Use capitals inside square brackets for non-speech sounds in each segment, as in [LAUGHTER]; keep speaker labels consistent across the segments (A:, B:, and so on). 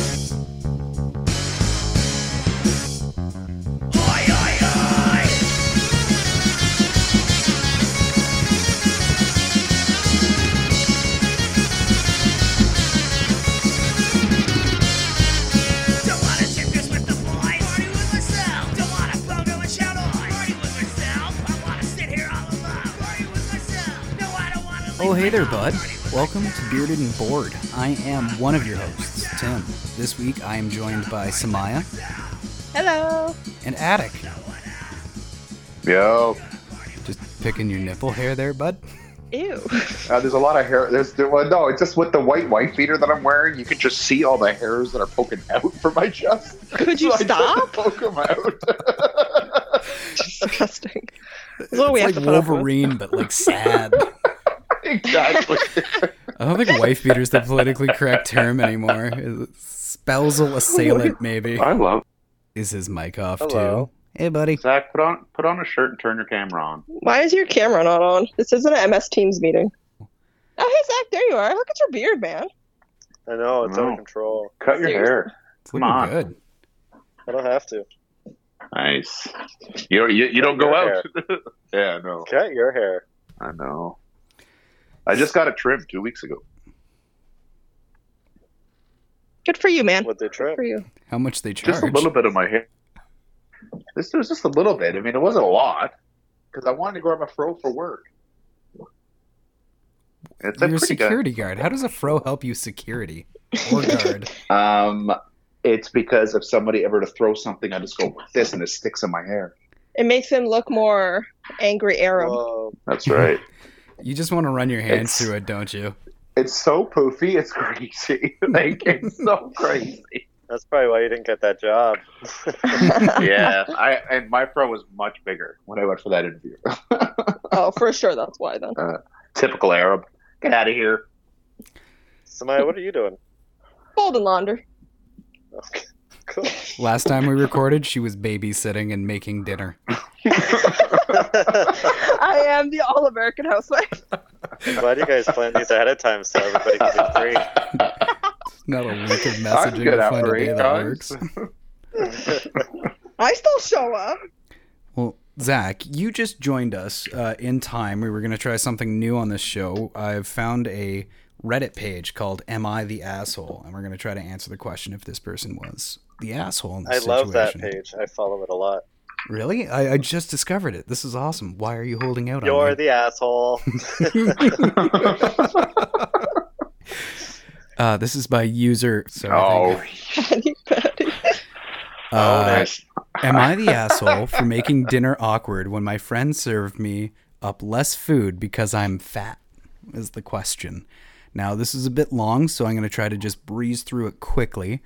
A: Oh,
B: Oh, hey there, bud. Welcome to Bearded and Bored. I am one of your hosts, Tim. This week I am joined by Samaya
C: Hello.
B: and Attic.
D: Yo,
B: Just picking your nipple hair there, bud.
C: Ew.
D: uh, there's a lot of hair. There's there, well, no, it's just with the white wife beater that I'm wearing. You can just see all the hairs that are poking [LAUGHS] out from my chest.
C: Could you
D: So I just
C: stop?
D: [LAUGHS] Poke them out.
C: [LAUGHS] Disgusting. That's what we
B: it's
C: have
B: like
C: to put up with.
B: Wolverine, but like sad.
D: [LAUGHS] exactly.
B: I don't think wife beater's the politically correct term anymore. It's Spousal assailant, maybe.
E: I love
B: Is his mic off
E: Hello.
B: too? Hey, buddy.
E: Zach. Put on put on a shirt and turn your camera on.
C: Why is your camera not on? This isn't an MS Teams meeting. Oh, hey, Zach, there you are. Look at your beard, man.
F: I know it's out
E: No.
F: of control.
E: Cut your
C: Seriously.
E: hair.
B: It's
E: Come
B: looking
E: on.
B: good.
F: I don't have to
E: Nice. You you, you don't go
F: your
E: out. [LAUGHS] yeah, no.
F: cut your hair.
E: I know.
D: I just got it trimmed two weeks ago.
C: Good for you, man.
F: What they
C: Good
D: [LAUGHS]
F: trim?
C: for you.
B: How much they charge?
D: Just a little bit of my hair. This was just a little bit. I mean, it wasn't a lot because I wanted to grab a fro for work. It's a
B: You're a
D: pretty good.
B: security guard. How does a fro help you security or
D: [LAUGHS]
B: guard?
D: Um, it's because if somebody ever to throw something, I just go with this and it sticks in my hair.
C: It makes him look more angry Arab.
F: Whoa.
D: That's right.
B: you just want to run your hands
D: It's-
B: through it, don't you?
D: it's so poofy. It's [LAUGHS] crazy. like it's so crazy.
F: That's probably why you didn't get that job. [LAUGHS]
D: yeah, I and my pro was much bigger when I went for that interview.
C: oh, for sure, that's why then.
D: Typical Arab. Get out of [LAUGHS] here.
F: Samaya, what are you doing?
C: Fold and [LAUGHS] launder.
F: Okay, cool.
B: Last time we recorded, she was babysitting and making dinner.
C: I am the all American housewife.
F: I'm glad you guys planned these ahead of time so everybody can be free.
B: [LAUGHS] Not a week
F: [LAUGHS]
B: of
D: I'm
B: messaging
D: good
B: to
D: at
B: find a day
D: parade
B: that
D: dogs.
B: works.
C: I still show up.
B: Well, Zach, you just joined us uh, in time. We were going to try something new on this show. I've found a Reddit page called "Am I the Asshole?" and we're going to try to answer the question if this person was the asshole in this
F: I love that
B: situation.
F: page. I follow it a lot.
B: Really? I, I just discovered it. This is awesome. Why are you holding out on
F: You're
B: me? [LAUGHS]
F: the asshole. [LAUGHS]
B: Uh, this is by user. So I
D: Oh,
B: think,
C: [LAUGHS] Patty, Patty. [LAUGHS]
E: Oh,
F: Oh,
B: uh,
D: nice.
B: Am I the asshole for making dinner awkward when my friend served me up less food because I'm fat? Is the question. Now, this is a bit long, so I'm going to try to just breeze through it quickly.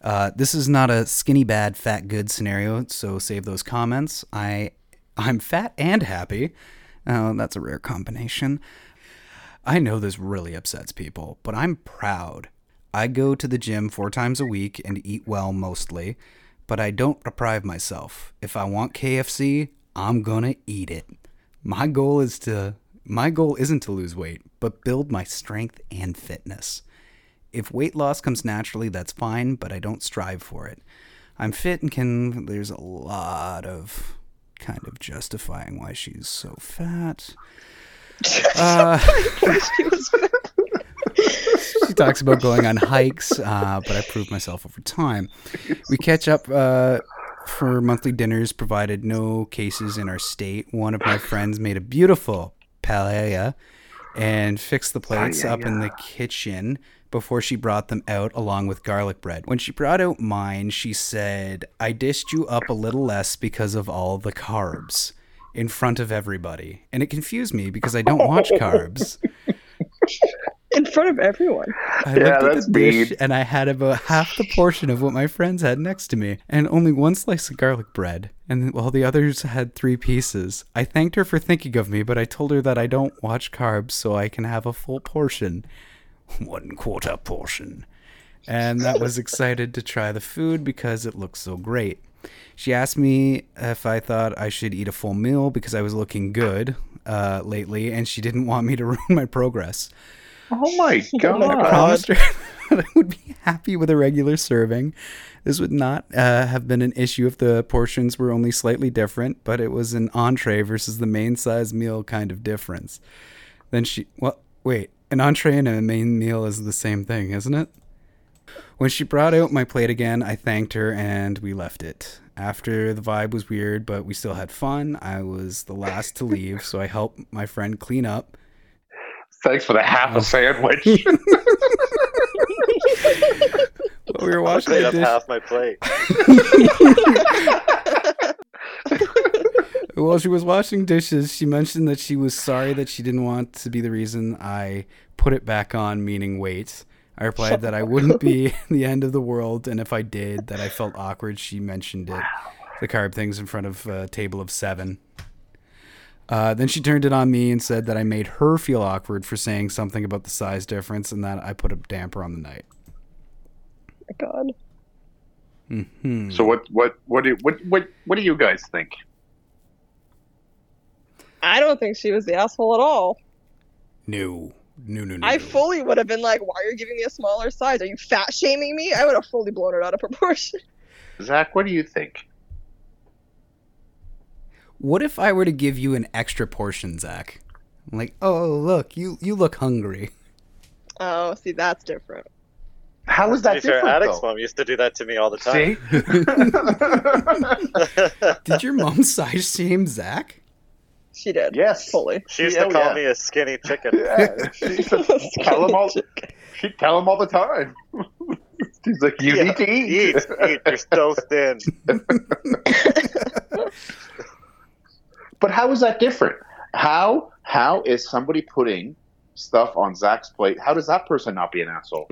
B: Uh, this is not a skinny bad, fat good scenario, so save those comments. I, I'm fat and happy. Oh, that's a rare combination. I know this really upsets people, but I'm proud. I go to the gym four times a week and eat well mostly, but I don't deprive myself. If I want KFC, I'm gonna eat it. My goal is to my goal isn't to lose weight, but build my strength and fitness. If weight loss comes naturally, that's fine, but I don't strive for it. I'm fit and can there's a lot of kind of justifying why she's so fat. Uh,
C: She was-
B: she talks about going on hikes, uh, but I proved myself over time. We catch up uh, for monthly dinners, provided no cases in our state. One of my friends made a beautiful paella and fixed the plates up in the kitchen before she brought them out along with garlic bread. When she brought out mine, she said, I dished you up a little less because of all the carbs in front of everybody. And it confused me because I don't watch carbs.
C: In front of everyone.
B: I
D: Yeah,
B: looked at
D: that's
B: the dish
D: mean.
B: and I had about half the portion of what my friends had next to me, and only one slice of garlic bread, and while the others had three pieces. I thanked her for thinking of me, but I told her that I don't watch carbs, so I can have a full portion, [LAUGHS] one
D: [LAUGHS]
B: quarter portion, and that was excited to try the food because it looked so great. She asked me if I thought I should eat a full meal because I was looking good uh, lately, and she didn't want me to [LAUGHS] ruin my progress.
D: Oh my
B: I
D: god.
B: promised her [LAUGHS] that I would be happy with a regular serving. This would not uh, have been an issue if the portions were only slightly different, but it was an entree versus the main size meal kind of difference. Then she, well, wait, an entree and a main meal is the same thing, isn't it? When she brought out my plate again, I thanked her and we left it. After the vibe was weird, but we still had fun. I was the last to leave, so I helped my friend clean up.
D: Thanks for the half a sandwich.
B: But we were
F: I
B: washing
F: cleaned
B: the
F: up
B: dish.
F: half my plate.
B: While she was washing dishes, she mentioned that she was sorry that she didn't want to be the reason I put it back on, meaning weight. I replied that I wouldn't be [LAUGHS] the end of the world, and if I did, that I felt awkward. She mentioned it. The carb things in front of a table of seven. Uh, then she turned it on me and said that I made her feel awkward for saying something about the size difference and that I put a damper on the night.
C: my God.
B: hmm
E: So what? What? What do? What? What? What do you guys think?
C: I don't think she was the asshole at all.
B: No. No, no, no.
C: I
B: no.
C: fully would have been like, why are you giving me a smaller size? Are you fat shaming me? I would have fully blown it out of [LAUGHS] proportion.
E: Zach, what do you think?
B: What if I were to give you an extra portion, Zach? I'm like, oh look, you you look hungry.
C: Oh, see, that's different.
D: How is
F: To
D: that
F: be fair,
D: different?
F: Addict's
D: though?
F: mom used to do that to me all the time.
D: See?
B: Did your mom size shame Zach?
C: She did.
D: yes.
C: Fully.
F: She used
D: Yeah,
F: to call
D: yeah.
F: me a skinny chicken.
D: [LAUGHS] Yeah. She said, tell him all. She tell him all the time. [LAUGHS] She's like, you
F: Yeah.
D: need to eat.
F: Eat, eat, you're so thin.
D: [LAUGHS]
E: But how is that different? How? How is somebody putting stuff on Zach's plate? How does that person not be an asshole?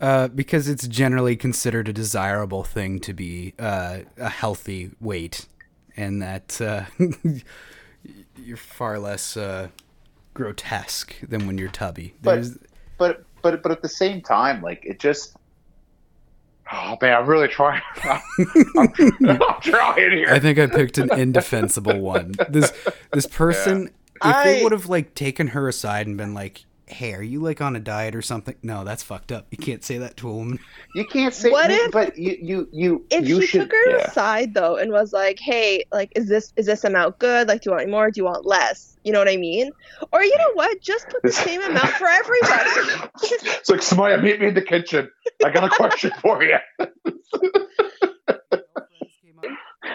B: Uh, because it's generally considered a desirable thing to be uh, a healthy weight, and that uh, [LAUGHS] you're far less uh, grotesque than when you're tubby.
E: But-
B: There's,
E: But but but at the same time, like it just.
D: Oh man, I'm really trying. [LAUGHS] I'm,
E: [LAUGHS]
D: I'm trying here.
B: I think I picked an indefensible one. This this person, if they
F: I-
B: would have like taken her aside and been like, "Hey, are you like on a diet or something?" No, that's fucked up. You can't say that to a woman.
E: You can't say.
C: What
E: you-
C: if-
E: But you you you
C: If
E: you
C: she
E: should.
C: took her
E: yeah.
C: aside though and was like, "Hey, like, is this is this amount good? Like, do you want more? Do you want less? You know what I mean? Or you know what? Just
B: [LAUGHS]
C: put the same amount for everybody.
D: It's like Samaya, meet me in the kitchen. I got a question for
E: [LAUGHS]
D: you.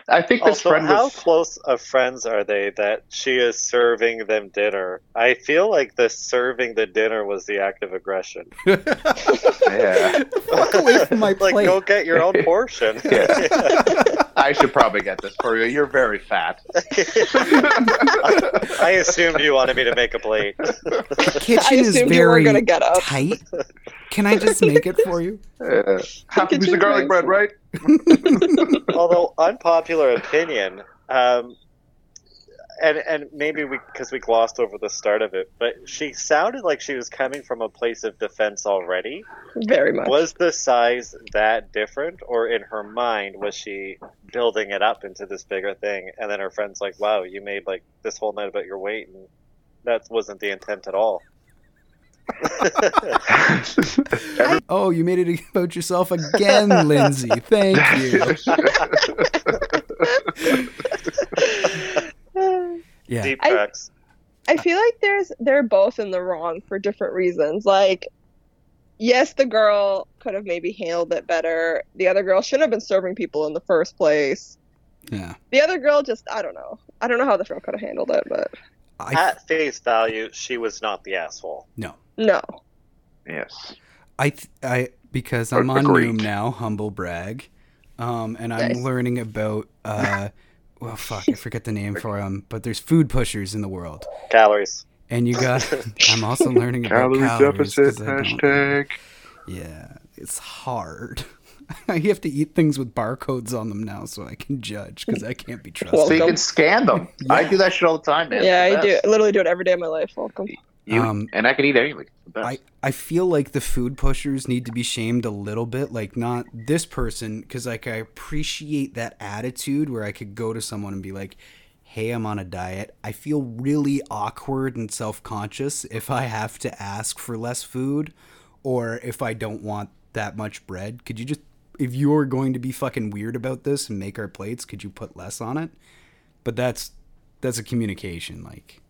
D: I think this
F: Also,
D: friend
F: how
D: was.
F: close of friends are they that she is serving them dinner? I feel like the serving the dinner was the act of aggression.
D: [LAUGHS]
E: Yeah.
B: Fuck away from [LAUGHS] my
F: like,
B: plate.
F: go get your
B: [LAUGHS]
F: own portion.
E: Yeah. [LAUGHS] I should probably get this for you. You're very fat.
F: I assumed you wanted me to make a plate.
C: [LAUGHS]
B: the
C: [LAUGHS] I
B: kitchen is
C: assumed you were
B: very
C: gonna get up. [LAUGHS]
B: tight. Can I just make it for you?
E: Yeah.
D: Half a piece
C: kitchen
D: of garlic
C: knife.
D: bread, right?
F: Although unpopular opinion, um, and and maybe we because we glossed over the start of it, but she sounded like she was coming from a place of defense already.
C: Very much.
F: Was the size that different, or in her mind was she building it up into this bigger thing? And then her friend's like, "Wow, you made like this whole night about your weight, and that wasn't the intent at all."
B: Oh, you made it [LAUGHS] about yourself again, Lindsay. Thank you.
C: [LAUGHS]
B: [LAUGHS]
C: [SIGHS]
E: [LAUGHS]
B: Yeah.
F: Deep
C: I-
F: tracks.
C: I feel like there's they're both in the wrong for different reasons. Like, yes, the girl could have maybe handled it better. The other girl shouldn't have been serving people in the first place.
B: Yeah.
C: The other girl just I don't know. I don't know how the girl could have handled it, but
B: I,
F: At face value, she was not the asshole.
B: no.
C: no.
E: [LAUGHS] Yes.
B: I th- I because I'm on
E: Agreed.
B: Noom now, humble brag, um, and I'm
C: Nice.
B: learning about uh, well, fuck, I forget the name for them, but there's food pushers in the world,
F: Calories.
B: and you
E: [LAUGHS]
B: got. I'm also learning about
E: Calorie
B: calories
E: deficit
B: 'cause I don't-
E: hashtag.
B: Yeah, it's hard. [LAUGHS] I have to eat things with barcodes on them now, so I can judge because I can't be trusted.
C: Well-
E: So you
C: Welcome.
E: can scan them. I do that shit all the time, man.
C: Yeah, I
E: It's the
C: do.
E: best.
C: I literally do it every day of my life. Welcome.
E: You,
B: Um,
E: and I can eat anything. It's the
B: [LAUGHS]
E: best.
B: I, I feel like the food pushers need to be shamed a little bit. Like, not this person, because, like, I appreciate that attitude where I could go to someone and be like, hey, I'm on a diet. I feel really awkward and self conscious if I have to ask for less food or if I don't want that much bread. Could you just, if you're going to be fucking weird about this and make our plates, could you put less on it? But that's, that's a communication. Like,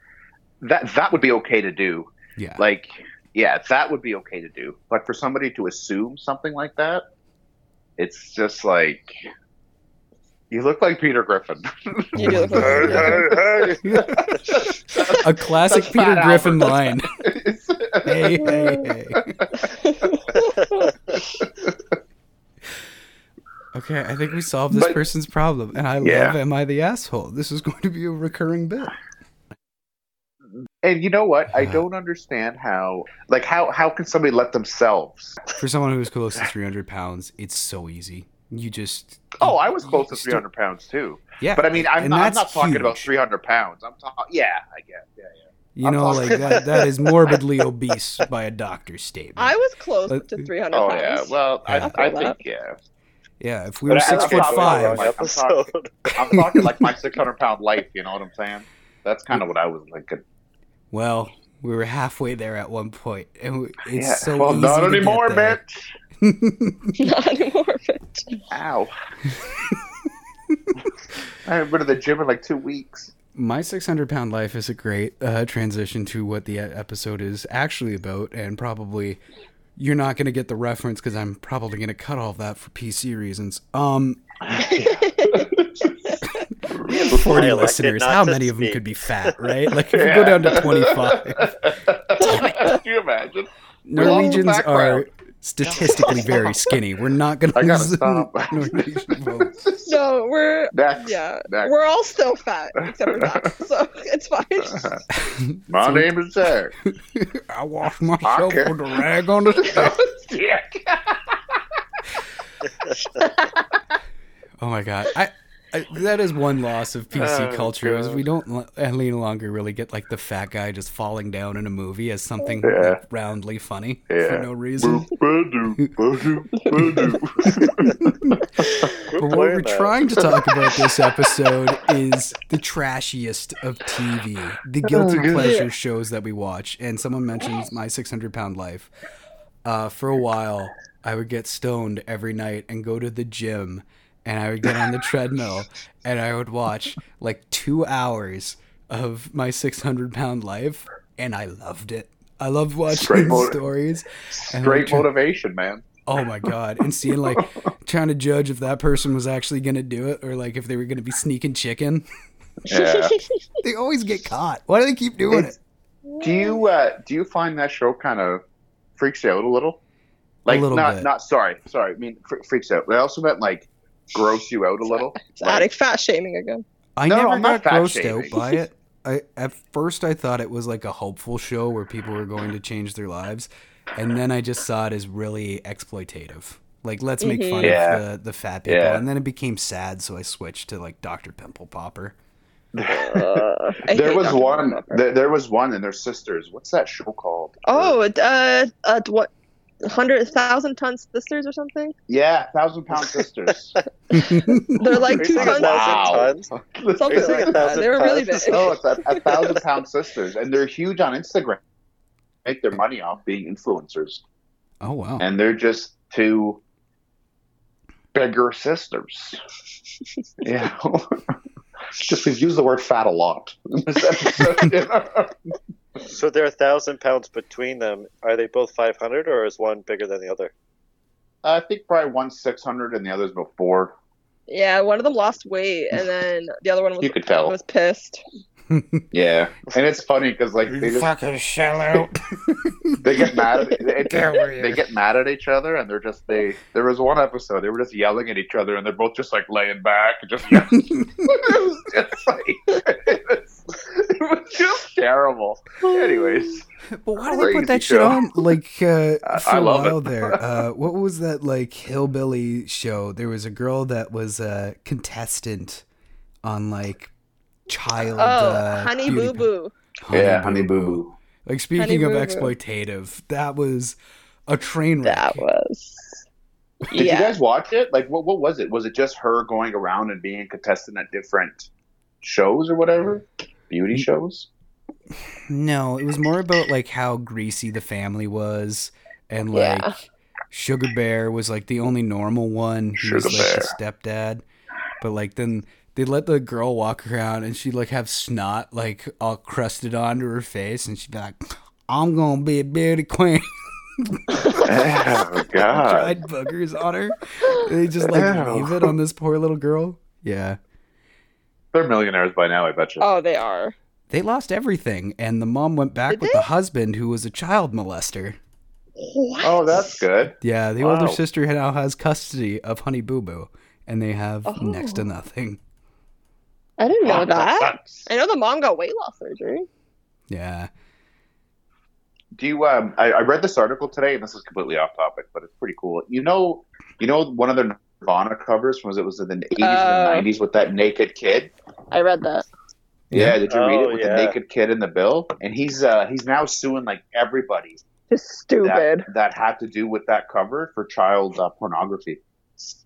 E: that that would be okay to do.
B: yeah.
E: Like, yeah, that would be okay to do. But for somebody to assume something like that, it's just like
D: You look like Peter Griffin.
C: You do look like
B: Hey,
F: hey, hey.
B: a classic
E: That's
B: Peter
E: Fat
B: Griffin line.
E: [LAUGHS]
B: hey, hey, hey. Okay, I think we solved this
E: But-
B: person's problem, and I
E: Yeah.
B: love "Am I the Asshole?" This is going to be a recurring bit.
E: [LAUGHS] And you know what? I
B: Yeah.
E: don't understand how like how how can somebody let themselves?
B: For someone who's close to 300 pounds, it's so easy. You just
E: Oh, I was
B: you
E: close to
B: still-
E: 300 pounds too.
B: Yeah,
E: But I mean, I'm
B: and
E: not, I'm
B: that's
E: not talking about
B: huge.
E: 300 pounds. I'm talking yeah, I guess. Yeah, yeah.
B: you
E: I'm
B: know,
E: talking-
B: like that, that is morbidly obese by a doctor's statement.
C: I was close
B: But-
C: to 300
E: Oh
C: pounds.
E: yeah.
C: [LAUGHS]
E: Well, I,
B: Yeah.
E: I
C: Okay,
E: think yeah.
B: yeah, if we
E: But
B: were
E: I-
B: six
E: I'm
B: foot
E: probably
B: five,
E: wrong.
F: [LAUGHS] Episode.
E: I'm talking like my 600 pound life. You know what I'm saying? That's kind of what I was thinking.
B: well, we were halfway there at one point, and we- it's
E: Yeah.
B: so
E: well,
B: easy
E: not
B: to get
E: anymore,
B: there.
E: bitch.
C: Not anymore.
E: Ow. [LAUGHS] I haven't been to the gym in like two weeks.
B: My 600 pound life is a great uh, transition to what the uh, episode is actually about, and probably you're not going to get the reference because I'm probably going to cut all that for PC reasons.
E: [LAUGHS]
B: Um,
F: I
B: 40
F: elected
B: listeners,
F: not
B: how
F: to
B: many of them
F: speak.
B: could be fat, right? Like,
E: [LAUGHS]
B: if you go down to 25,
E: [LAUGHS] Can you imagine? lost the
B: Norwegians are
E: [LAUGHS] background.
B: statistically very skinny. We're not going to
E: I gotta
B: lose the [LAUGHS]
E: stop.
B: Norwegian vote.
E: [LAUGHS]
C: No, we're
E: Next.
C: yeah,
E: Next.
C: we're all still fat except for Zach, so it's fine.
E: My name is [LAUGHS] Zach.
B: I wash myself
E: Okay.
B: with a rag on the Oh my god, I, I that is one loss of PC
E: Oh,
B: culture is
E: God.
B: we don't l- any longer really get like the fat guy just falling down in a movie as something
E: Yeah.
B: like, roundly funny for
E: Yeah.
B: no reason.
E: Badoo,
F: We're
B: But what
F: playing
B: we're
F: that.
B: trying to talk about this episode is the trashiest of TV, the guilty
E: God.
B: pleasure shows that we watch. And someone mentions my 600 pound life. Uh, for a while, I would get stoned every night and go to the gym, and I would get on the treadmill and I would watch like two hours of my 600 pound life, and I loved it. I loved watching
E: Straight
B: the
E: motive.
B: stories. and I would
E: Great
B: try-
E: motivation, man.
B: Oh my god! And seeing [LAUGHS] like trying to judge if that person was actually gonna do it or like if they were gonna be sneaking chicken.
E: [LAUGHS]
C: [LAUGHS]
E: Yeah.
B: They always get caught. Why do they keep doing
E: It's-
B: it?
E: do you uh, do you find that show kind of freaks you out a little? Like
B: little
E: not
B: bit.
E: not sorry sorry I mean fr- freaks out. But I also meant like gross you out a little.
C: It's addict fat shaming again.
E: [LAUGHS]
B: I
E: No,
B: never
E: I'm
B: got
E: not
B: grossed
E: fat-shaming.
B: out by it.
E: [LAUGHS]
B: I at first I thought it was like a hopeful show where people were going to change their lives, and then I just saw it as really exploitative. Like let's make fun
E: Mhm. Yeah.
B: of the, the fat people,
E: Yeah.
B: and then it became sad, so I switched to like Doctor Pimple Popper.
C: Uh, [LAUGHS] I
E: there
C: hate
E: was
C: Dr.
E: one.
C: Pepper.
E: There, there was one, and their sisters. What's that show called?
C: Oh, uh, uh, what, hundred thousand ton sisters or something?
E: yeah, Thousand
C: [LAUGHS]
E: Pound Sisters.
C: They're like
F: Are you
C: two
F: saying a
C: tons,
E: Wow.
F: thousand tons?
C: something
F: Are you saying
C: like
F: a
C: that.
F: thousand
C: They were really big.
F: tons?
E: [LAUGHS]
C: [LAUGHS]
E: oh, it's a, a Thousand Pound Sisters, and they're huge on Instagram. Make their money off being influencers,
B: Oh wow!
E: and they're just two bigger sisters. you know? [LAUGHS] just we've used the word fat a [LAUGHS] lot in this episode. you know?
F: So they're a thousand pounds between them. Are they both five hundred, or is one bigger than the other?
E: I think probably one six hundred, and the other's about four.
C: Yeah, one of them lost weight, and then the other one was
E: You could tell.
C: was pissed.
E: Yeah, and it's funny because like they just
G: fucking shell out.
E: they get mad [LAUGHS] at they,
G: Get over here.
E: they get mad at each other and they're just they there was one episode they were just yelling at each other and they're both just like laying back and [LAUGHS] just it was just like [LAUGHS] it was, it was just terrible anyways
B: But why did they put
E: Crazy
B: that shit
E: show.
B: on?
E: [LAUGHS]
B: Like uh,
E: I-
B: for
E: I
B: a
E: love
B: while
E: it. [LAUGHS]
B: there, uh, what was that like hillbilly show? There was a girl that was a contestant on like child.
C: Oh,
B: uh,
C: honey
B: beauty
C: boo boo.
B: pa- Honey Boo Boo. Like speaking of
C: Boo Boo.
B: exploitative, that was a train wreck.
C: That was.
E: Did you
C: Yeah.
E: guys watch it? Like, what what was it? Was it just her going around and being a contestant at different shows or whatever? Beauty shows?
B: No, it was more about like how greasy the family was, and like
C: Yeah.
B: Sugar Bear was like the only normal one. He was
E: Sugar
B: like the stepdad, but like then they let the girl walk around, and she'd like have snot like all crusted onto her face, and she'd be like, "I'm gonna be a beauty queen."
E: [LAUGHS]
B: [LAUGHS]
E: oh God!
B: Dried buggers on her. And they just like
E: Ew.
B: leave it on this poor little girl. Yeah.
E: They're millionaires by now, I bet you.
C: Oh, they are.
B: They lost everything, and the mom went back
C: Did
B: with
C: they?
B: the husband who was a child molester.
C: What?
E: Oh, that's good.
B: Yeah, the
E: Wow.
B: older sister now has custody of Honey Boo Boo, and they have
C: Oh.
B: next to nothing.
C: I didn't know
E: Fuck,
C: that.
E: that sucks.
C: I know the mom got weight loss surgery.
B: Yeah. [LAUGHS]
E: Do you? Um, I, I read this article today, and this is completely off topic, but it's pretty cool. You know, you know, one of their Nirvana covers was it was in the eighties
C: Oh.
E: and nineties with that naked kid.
C: I read that.
B: Yeah.
E: Yeah, did you read
F: Oh,
E: it with
F: yeah.
E: the naked kid in the bill? And he's uh he's now suing like everybody
C: Just stupid.
E: that, that had to do with that cover for child uh, pornography.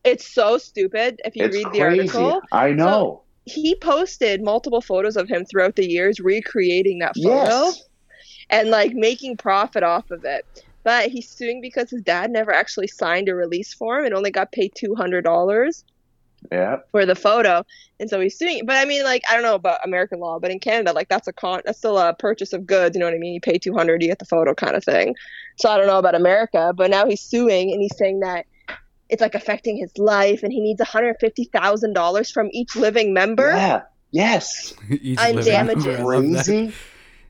C: It's so stupid. If you
E: it's
C: read the
E: crazy.
C: article,
E: I know.
C: he posted multiple photos of him throughout the years recreating that photo
E: yes.
C: and like making profit off of it. But he's suing because his dad never actually signed a release form and only got paid two hundred dollars
E: Yeah.
C: for the photo, and so he's suing. But I mean, like I don't know about American law, but in Canada, like that's a con, that's still a purchase of goods. You know what I mean? You pay two hundred, you get the photo, kind of thing. So I don't know about America, but now he's suing and he's saying that it's like affecting his life, and he needs one hundred fifty thousand dollars from each living member.
E: Yeah. Yes.
B: Each
C: I'm
B: living
C: damaged.
B: member, I love that.
E: Crazy.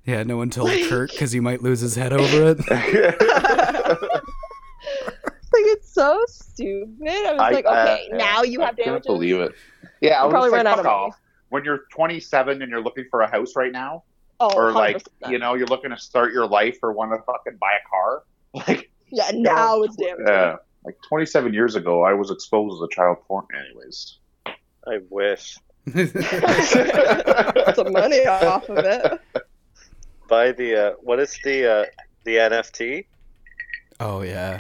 B: Yeah, no one told
C: Like-
B: Kurt because he might lose his head over it.
E: [LAUGHS]
C: Like it's so stupid. I was
E: I-
C: like, okay,
E: uh,
C: now you
E: I
C: have
E: can't
C: damages.
E: believe it. Yeah, I was
C: probably
E: just
C: ran
E: like,
C: out of
E: fuck
C: money.
E: off. When you're 27 and you're looking for a house right now,
C: Oh,
E: or like
C: 100%.
E: you know you're looking to start your life or want to fucking buy a car, like
C: yeah, now it's damages.
E: yeah, like 27 years ago I was exposed to child porn, [LAUGHS] anyways.
F: I wish.
C: [LAUGHS] Some money off of it.
F: Buy the uh, what is the uh, the NFT?
B: [LAUGHS] oh,
E: [LAUGHS]
B: yeah.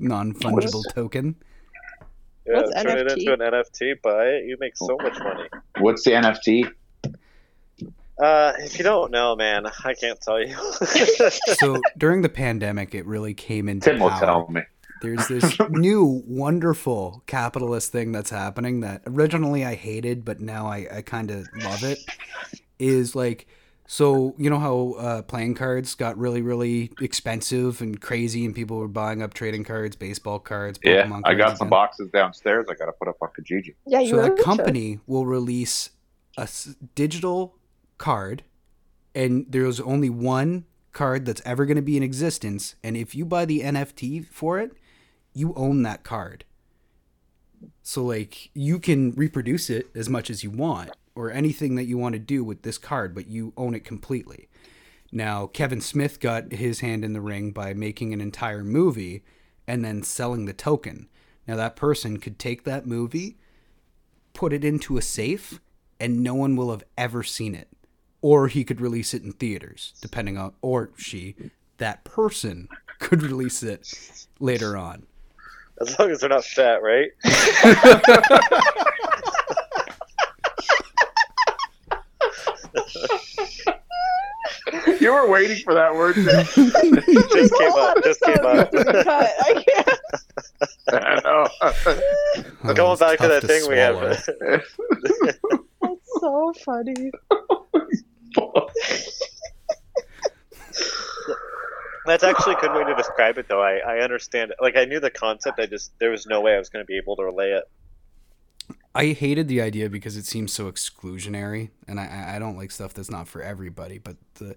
B: Non fungible token.
F: Yeah,
C: What's
F: turn it
C: NFT?
F: into an NFT. Buy it. You make so much money.
E: What's the NFT?
F: Uh, if you don't know, man, I can't tell you. [LAUGHS]
B: [LAUGHS] So during the pandemic, it really came into
E: Tim will
B: power.
E: tell me.
B: There's
E: [LAUGHS]
B: this new wonderful capitalist thing that's happening that originally I hated, but now I, I kind of love it. Is like, so you know how uh, playing cards got really, really expensive and crazy, and people were buying up trading cards, baseball cards, Pokemon
E: Yeah,
B: cards.
E: I got some
B: again?
E: boxes downstairs. I got to put up on Kijiji.
C: Yeah, you
B: So
C: were
B: the company will release a s- digital card, and there's only one card that's ever going to be in existence. And if you buy the NFT for it, you own that card. So like you can reproduce it as much as you want, or anything that you want to do with this card, but you own it completely. Now Kevin Smith got his hand in the ring by making an entire movie and then selling the token. Now that person could take that movie put it into a safe and no one will have ever seen it or he could release it in theaters depending on or she that person could [LAUGHS] release it later
F: [LAUGHS]
B: on
F: as long as they're not fat, right?
E: You were waiting for that word. [LAUGHS]
F: Just came up. Just came up.
C: Cut. I can't.
E: I know.
B: Oh,
F: Going
B: it's
F: back to
B: tough
F: that thing we have.
B: swallow.
C: That's so funny.
F: [LAUGHS] That's actually a good way to describe it, though. I, I understand. it. Like I knew the concept. I just there was no way I was going to be able to relay it.
B: i hated the idea because it seems so exclusionary and I- I, I don't like stuff that's not for everybody but the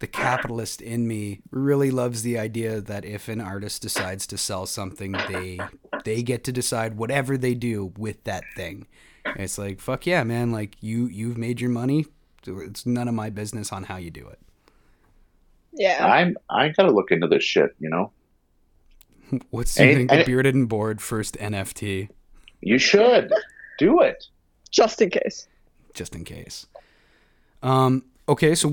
B: the capitalist in me really loves the idea that if an artist decides to sell something they they get to decide whatever they do with that thing And it's like fuck yeah man like you you've made your money so it's none of my business on how you do it
F: Uh,
C: Yeah.
E: I'm. I gotta look into this shit. You know,
B: what's do you
E: And-
B: think the
E: and-
B: bearded and bored first nft
E: you should do it.
C: Just in case.
B: just in case. Um, Okay, so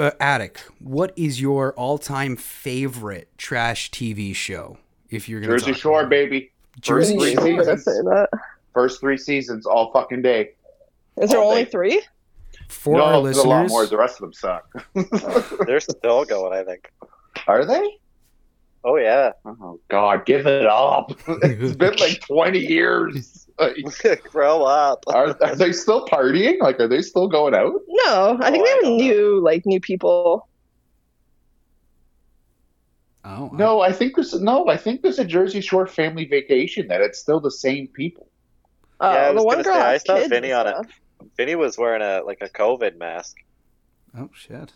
B: uh, Attic, what is your all-time favorite trash TV show? If you're gonna
E: Jersey
B: talk
E: Shore,
B: about it?
E: baby.
B: Jersey
E: Jersey
B: Shore.
E: Shore.
C: I'd say that.
E: First three seasons, all fucking day.
C: Is there
E: Oh,
C: only
E: they-
C: three?
B: For
E: no,
B: our
E: there's a lot
B: listeners,
E: more. The rest of them suck.
F: They're still going, I think.
E: Are they?
F: Oh yeah. [LAUGHS]
E: Oh God, give it up! it's been like twenty [LAUGHS] years. Like,
F: Grow up.
E: are, are they still partying? Like, are they still going out?
C: No, I think
F: Oh,
C: they
F: I
C: have
F: don't
C: new like new people.
B: [LAUGHS] oh, I-
E: No, I think there's no. I think there's a Jersey Shore family vacation that it's still the same people.
C: Uh,
F: Yeah, I
C: the
F: was
C: one
F: gonna
C: girl
F: say, I
C: has
F: saw
C: kids
F: Vinny
C: and
F: on it.
C: stuff.
F: Vinny was wearing a like a COVID mask.
B: oh shit.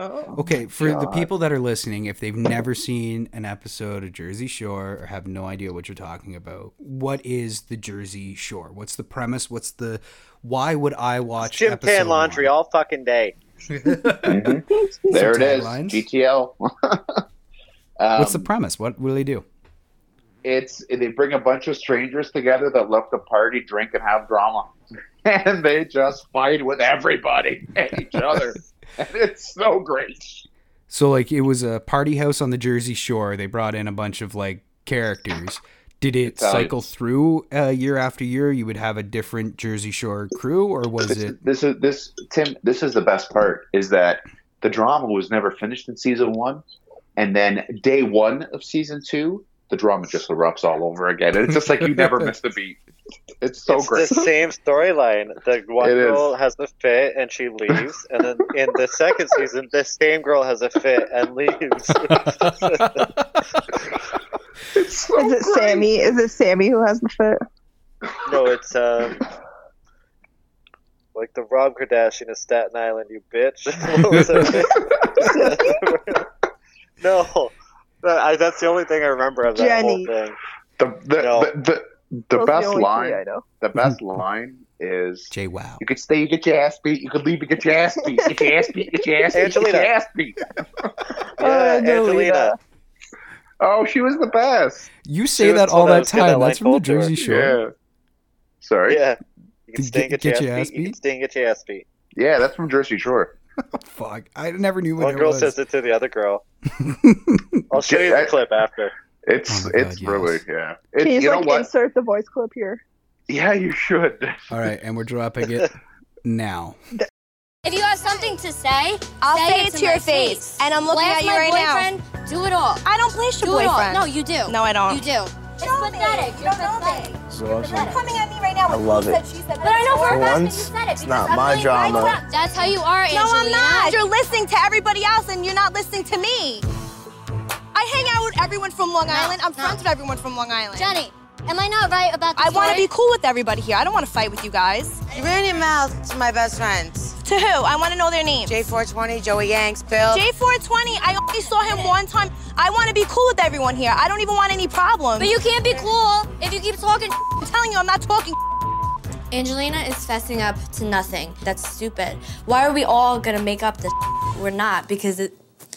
C: Oh.
B: Okay, for the
E: God.
B: people that are listening, if they've never seen an episode of Jersey Shore or have no idea what you're talking about, what is the Jersey Shore? What's the premise? What's the why would I watch
F: Jim
B: episode
F: Pan
B: [LAUGHS]
F: Laundry
B: one?
F: all fucking day.
E: Mm-hmm.
F: [LAUGHS]
E: There it
B: Some
E: is.
B: taglines?
E: GTL. um,
B: What's the premise? What will they do?
E: it's they bring a bunch of strangers together that left the party, drink, and have
D: [LAUGHS]
E: drama, and they just fight with everybody and each other, [LAUGHS] and it's so great.
B: So like it was a party house on the Jersey Shore. They brought in a bunch of like characters. Did it
E: Italians.
B: cycle through uh, year after year? You would have a different Jersey Shore crew, or was
E: This,
B: it?
D: [LAUGHS]
E: this is this Tim. This is the best part is that the drama was never finished in season one, and then day one of season two, the drama just erupts all over again, and it's just like you never missed a beat. It's so
F: it's
E: great.
B: [LAUGHS]
F: the same storyline. The one
E: It is.
F: girl has a fit and she leaves, and then in the second season, the same girl has a fit
B: [LAUGHS]
F: and [LAUGHS] leaves.
E: It's so
C: Is it
E: great.
C: Sammy? Is it Sammy who has the fit?
F: no, it's um, like the Rob Kardashian of Staten Island. You bitch. [LAUGHS] What was it? [LAUGHS] no, But I, that's the only thing I remember of that
C: Jenny.
F: whole thing.
E: The the,
F: No.
E: the, the, the
C: Those are
E: best
C: only
E: line.
C: three I know.
E: The best line is
B: Jay, wow.
E: you could stay, you get your ass beat. You could leave, you get your ass beat. Get your ass beat. Get your ass beat. Get your
F: Angelina.
E: ass beat.
F: Yeah,
C: Angelina.
F: Angelina.
E: Oh, she was the best.
B: You
F: She
B: say
F: was
B: that
F: the
B: all
F: one that
B: that
F: was good at
B: time.
F: Line
B: That's from the
F: Culture.
B: Jersey Shore.
E: Yeah. Sorry. Yeah.
F: Yeah. You can
B: Did
F: sting
B: get-
F: at
B: get
F: your
B: your
F: ass
B: ass
F: beat. You can
B: beat?
F: sting at your ass beat.
E: that's from Jersey Shore.
B: Fuck, I never knew what
F: One
B: it
F: girl
B: was.
F: says it to the
B: [LAUGHS]
F: other girl. I'll show you
E: Yeah,
F: the
E: I-
F: clip after.
E: It's
B: Oh my God,
E: it's
B: yes.
E: really yeah.
C: Can you,
E: It's, you know
C: just, like
E: what?
C: insert the voice clip here?
E: Yeah, you should.
B: all right, and we're dropping it now.
G: If you have something to say,
A: I'll
G: say,
A: say
G: it
A: it to
G: my
A: your face, and I'm looking
G: Blast
A: at you
G: my
A: right now.
G: boyfriend, now. Do it all.
A: I don't play
G: do
A: your
G: it all.
A: boyfriend.
G: No, you do.
A: no,
H: uh-uh.
A: I
C: [LAUGHS]
A: don't.
G: you do. It's pathetic. You're pathetic.
A: You're coming at me right now. With I
H: love
A: That she said
G: But I know for a
H: For
G: fact that you
H: once,
G: said it.
H: it's
G: because
H: not my
G: I'm really-
H: drama.
G: I'm not- That's how you are,
A: no,
G: Angelina.
A: I'm not. You're listening to everybody else, and you're not listening to me. I hang out with everyone from Long Island. I'm
G: no.
A: friends with everyone from Long Island.
G: Jenny, am I not right about this?
A: I want to
G: story?
A: be cool with everybody here. I don't want to fight with you guys.
I: You ran your mouth to my best friends.
A: To who? I want to know their names.
I: J420, Joey Yanks, Bill.
A: J420. I only saw him one time. I want to be cool with everyone here. I don't even want any problems.
G: But you can't be cool if you keep talking.
A: I'm telling you, I'm not talking.
G: Angelina is fessing up to nothing. That's stupid. Why are we all gonna make up this? We're not because it,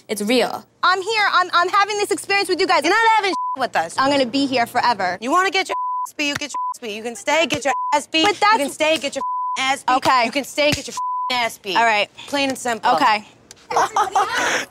G: it's real.
A: I'm here. I'm, I'm having this experience with you guys.
I: You're not having with us.
A: I'm gonna be here forever.
I: You want to get your [LAUGHS] ass beat, you get your ass beat. You can stay, get your ass beat.
A: But that's-
I: You can stay, get your [LAUGHS] ass beat.
A: Okay.
I: You can stay, get your [LAUGHS] ass beat.
A: All right.
I: Plain and simple.
A: Okay.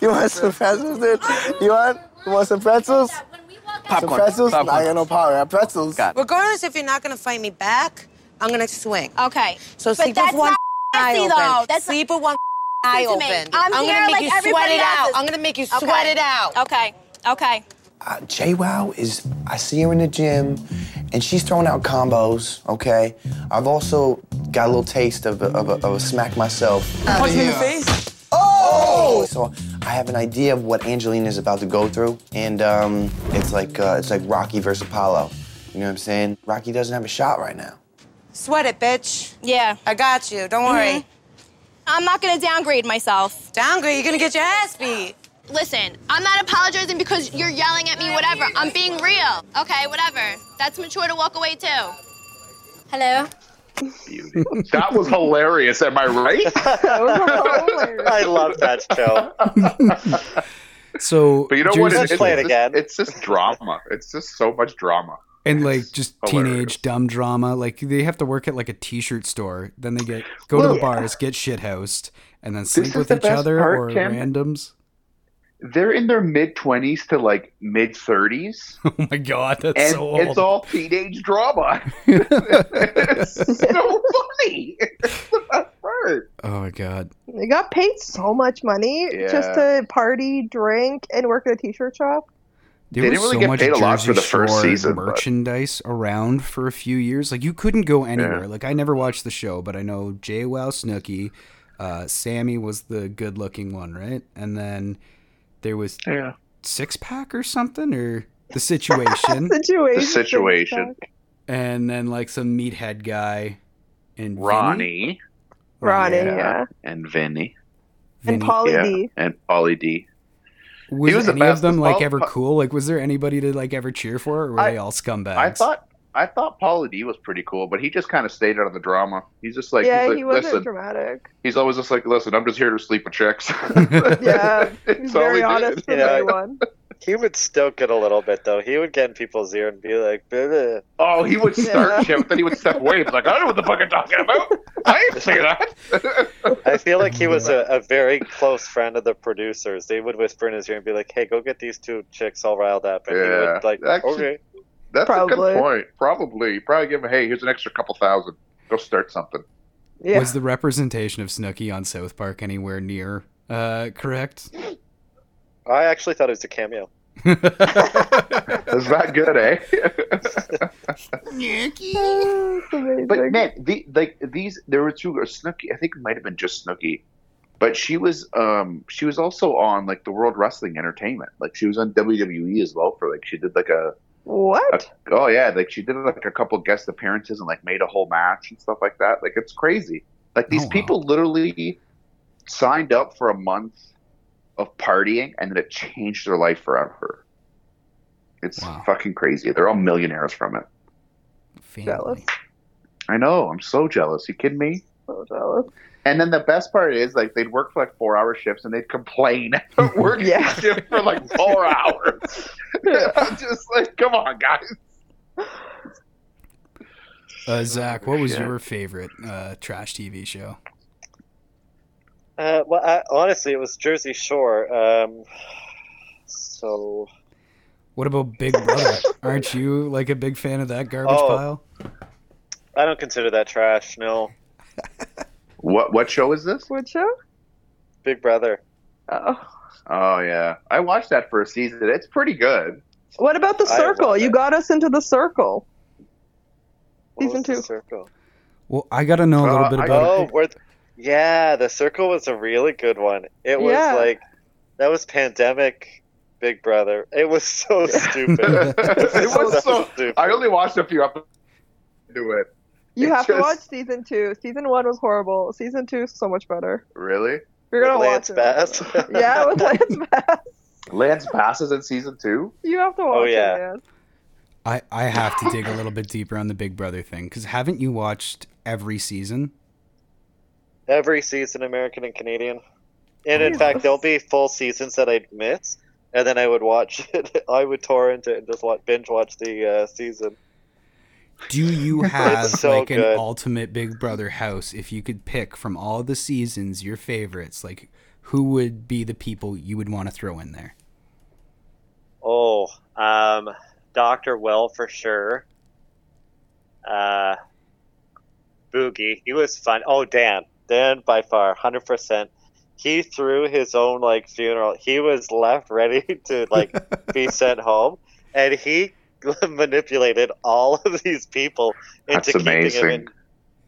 H: You want some pretzels, dude? You want? You want some pretzels?
G: When we walk out-
H: Some pretzels? Nah, I got no power. I have pretzels.
I: Regardless if you're not going to fight me back, I'm going to swing.
A: Okay.
I: So
A: but
I: sleep
A: that's
I: with one [LAUGHS]
A: not
I: eye
A: messy,
I: open.
A: though. That's
I: sleep with
A: [LAUGHS]
I: one eye
A: to
I: open.
A: me. I'm
I: gonna
A: here
I: make
A: like
I: you sweat
A: everybody
I: it out.
A: else's.
I: I'm going to make you
A: Okay.
I: sweat it out.
A: Okay. Okay.
H: Uh, Jay Wow is. I see her in the gym, and she's throwing out combos. Okay. I've also got a little taste of a, of a, of a smack myself. Uh, Punch me in the face. Oh! So I have an idea of what Angelina is about to go through, and um, it's like uh, it's like Rocky versus Apollo. You know what I'm saying? Rocky doesn't have a shot right now.
I: Sweat it, bitch.
A: Yeah. Mm-hmm.
I: I got you. Don't worry.
A: I'm not gonna downgrade myself.
I: Downgrade, you're going to get your ass beat.
A: Listen, I'm not apologizing because you're yelling at me, whatever. I'm being real. Okay, whatever. That's mature to walk away too.
G: Hello.
E: That was hilarious. Am I right?
C: Oh
F: I love that
C: [LAUGHS]
F: show.
B: So,
E: But you know what?
B: Jersey
F: Let's play it
B: Shore.
E: just-
F: again.
E: It's just drama. It's just so much drama.
B: and like just
E: hilarious.
B: teenage dumb drama. Like they have to work at like a t-shirt store, then they get go to the
E: Well-
B: bars, get shit housed, and then sleep
E: is
B: with
E: the
B: each
E: best
B: other
E: part,
B: or
E: Kim.
B: randoms. [LAUGHS]
E: They're in their mid twenties to like mid thirties,
B: [LAUGHS] Oh my god, that's
E: and
B: so old.
E: it's all teenage
B: [LAUGHS]
E: drama. it's so funny. It's the best part.
B: oh my god.
C: They got paid so much money just to party, drink, and work at a t-shirt shop.
B: There
E: They
B: was
E: didn't really
B: so
E: get
B: much
E: paid a lot for
B: Jersey
E: the first
B: Shore
E: season, but-
B: merchandise around for a few years. Like you couldn't go anywhere. Like I never watched the show, but I know Jay Wow Snooki, uh, Sammy was the good looking one, right? And then there was
E: Yeah.
B: Six Pack or something or
E: [LAUGHS]
B: the situation,
C: Situation.
E: The situation.
B: and then like some meathead guy and Vinny?
E: Ronnie
C: Ronnie,
E: Yeah.
C: yeah.
E: and Vinny.
C: And
B: Vinny.
C: Polly
E: yeah.
C: D.
E: And Polly D.
B: was,
E: He was the
B: any of
E: best.
B: them like
E: Well,
B: ever
E: Pa-
B: cool? Like was there anybody to like ever cheer for, or were
E: I-
B: they all scumbags?
E: I thought I thought Pauly D was pretty cool, but he just kind of stayed out of the drama. He's just like,
C: yeah,
E: he's like,
C: he wasn't
E: listen.
F: [LAUGHS]
C: dramatic.
E: He's always just like, listen, I'm just here to sleep with chicks. [LAUGHS]
C: Yeah, he's
E: It's all
C: very
E: he did.
C: honest from
F: Yeah.
C: day one.
F: He would stoke it a little bit, though. He would get in people's ear and be like, "Bleh."
E: Oh, he would start
C: Yeah.
E: shit, but then he would step away. He's like, I don't know what the fuck I'm talking about. I didn't say that. [LAUGHS]
F: I feel like he was a, a very close friend of the producers. They would whisper in his ear and be like, hey, go get these two chicks all riled up. And he
E: Yeah.
F: would, like,
E: Actually-
F: okay.
E: That's a
C: Probably.
E: good point. Probably. Probably give him, hey, here's an extra couple thousand. Go start something.
C: Yeah. [LAUGHS]
B: Was the representation of Snooki on South Park anywhere near uh, correct?
F: I actually thought it was a cameo.
E: Is that good, eh? [LAUGHS]
C: That's amazing.
E: But man, the, like these, there were two girls. Snooki, I think it might have been just Snooki, but she was, um, she was also on like the World Wrestling Entertainment. Like she was on WWE as well for like she did like a, a
C: what?
E: oh yeah, like she did like a couple guest appearances and like made a whole match and stuff like that. Like it's crazy. Like these
B: Oh, wow.
E: people literally signed up for a month of partying and then it changed their life forever. It's
B: Wow.
E: fucking crazy. They're all millionaires from it.
C: Jealous.
B: Family.
E: I know. I'm so jealous. You kidding me?
C: So jealous.
E: And then the best part is like they'd work for like four hour shifts and they'd complain [LAUGHS] about working
C: Yeah.
E: shift for like [LAUGHS] four hours. I'm [LAUGHS] just like, come on, guys.
B: Uh, Zach, what was
E: Shit.
B: your favorite uh, trash TV show?
F: Uh, well, I, honestly, it was Jersey Shore. Um, so
B: What about Big
C: [LAUGHS]
B: Brother? Aren't you like a big fan of that garbage
F: Oh.
B: pile?
F: I don't consider that trash. No,
E: What what show is this?
C: What show?
F: Big Brother.
C: Oh.
E: Oh yeah, I watched that for a season. It's pretty good.
C: What about the
F: I love
C: circle? You
F: it.
C: got us into the circle.
F: What
C: Season
F: was the
C: two.
F: Circle.
B: Well, I got to know a little
E: Uh,
B: bit
E: I-
B: about
F: Oh,
B: it.
F: where th- yeah, the Circle was a really good one. It was
C: Yeah.
F: like that was pandemic Big Brother. It
C: [LAUGHS]
F: was so [LAUGHS] stupid.
E: it was so.
F: stupid.
E: I only watched a few episodes into it.
C: You
E: It
C: have to
E: just-
C: watch season two. Season one was horrible. Season two is so much better.
E: Really?
C: You're gonna
F: With Lance
C: watch it.
F: Bass.
C: [LAUGHS] Yeah, with Lance Bass.
E: Lance Bass is in season two.
C: You have to watch
F: Oh, yeah.
C: it, man.
B: I, I have to dig a little bit deeper on the Big Brother thing because haven't you watched every season?
F: [LAUGHS] Every season, American and Canadian, and in
C: Jesus.
F: fact, there'll be full seasons that I'd miss, and then I would watch [LAUGHS] it. I would torrent it and just watch, binge watch the uh, season.
B: Do
F: [LAUGHS]
B: you have
F: so
B: like an
F: good.
B: ultimate Big Brother house if you could pick from all the seasons your favorites? Like, who would be the people you would want to throw in there?
F: Oh, um, Doctor Well for sure. Uh, Boogie, he was fun. Oh, Dan, Dan by far, hundred percent. He threw his own like funeral. He was left ready [LAUGHS] to
E: [LAUGHS]
F: like be sent home, and he [LAUGHS] manipulated all of these people
E: That's
F: into keeping him
E: amazing.
F: in.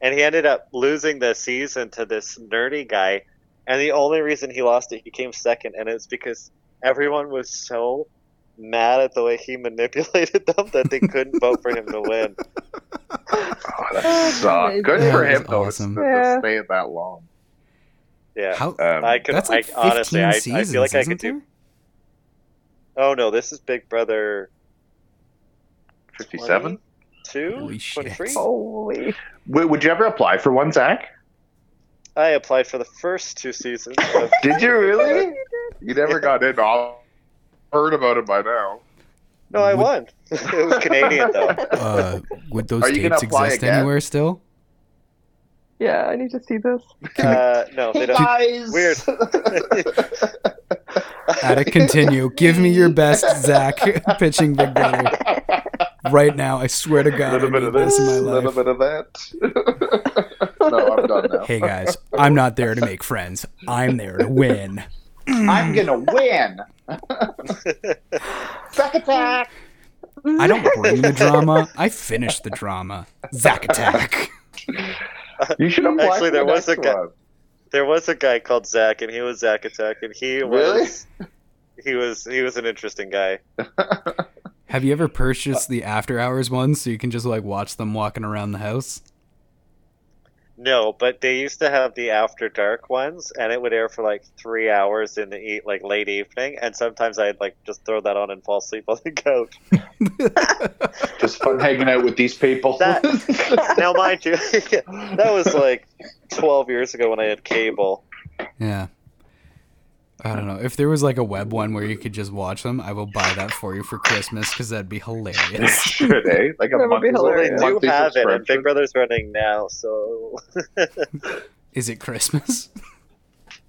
F: And he ended up losing the season to this nerdy guy. And the only reason he lost it, he came second, and it's because everyone was
E: [LAUGHS]
F: so mad at the way he [LAUGHS] manipulated them that they couldn't vote for him to win.
E: Oh, [SIGHS] that sucked. Good
B: That
E: for
B: is
E: him though.
B: awesome.
E: To,
C: Yeah.
E: to stay that long.
F: Yeah.
B: How
E: Um,
F: Uh, I could,
B: that's like
F: I, honestly,
B: fifteen
F: I,
B: seasons,
F: I feel like I
B: isn't
F: could do. [LAUGHS]
B: there?
F: Oh no, this is Big Brother
E: Fifty-seven. Oh.
F: two,
B: Holy shit.
F: 23?
C: Holy.
E: Would, would you ever apply for one, Zach?
F: I applied for the first two seasons. Of,
E: [LAUGHS] Did you really? You never got in. I've heard about it by now.
F: no, I
B: Would-
F: won. [LAUGHS]
E: [LAUGHS]
F: it was Canadian though.
B: Uh, would those
E: Are you gonna
B: tapes
E: apply
B: exist
E: again?
B: anywhere still?
C: Yeah, I need to see this.
F: Uh, no, they don't.
D: Guys, [LAUGHS]
F: Weird.
B: Attic, continue. Give me your best, Zach, [LAUGHS] pitching Big Brother. Right now, I swear to
D: A
B: God,
D: little
B: I
D: bit
B: need
D: of
B: this
D: this,
B: in my
D: a little
B: life.
D: bit of that. no, I'm done now.
B: Hey guys, I'm not there to make friends. I'm there to win.
D: I'm gonna
B: Hmm. [LAUGHS]
D: win. Back attack.
B: I don't bring the drama. I finish the drama. Zach attack.
D: You should apply
F: Actually,
D: for
F: there
D: the
F: was
D: next
F: a guy-
D: one.
F: There was a guy called Zach, and he was Zach Attack, and he
D: Really?
F: was he was he was an interesting guy.
B: Have you ever purchased the after hours ones so you can just like watch them walking around the house?
F: No, but they used to have the after dark ones, and it would air for like three hours in the e- like late evening, and sometimes I'd like just throw that on and fall asleep on the couch.
D: Just fun hanging out with these people.
F: That
D: [LAUGHS]
F: now, mind you, [LAUGHS] that was like twelve years ago when I had cable.
B: Yeah. I don't know. If there was like a web one where you could just watch them, I will buy that for you for Christmas because that'd be hilarious.
D: should, eh? Like a
C: That would be
D: monthly,
F: Well, they
C: hilarious.
F: do
D: monthly
F: have it, and
D: subscription.
F: Big Brother's running now, so
B: Is it Christmas?
C: [LAUGHS]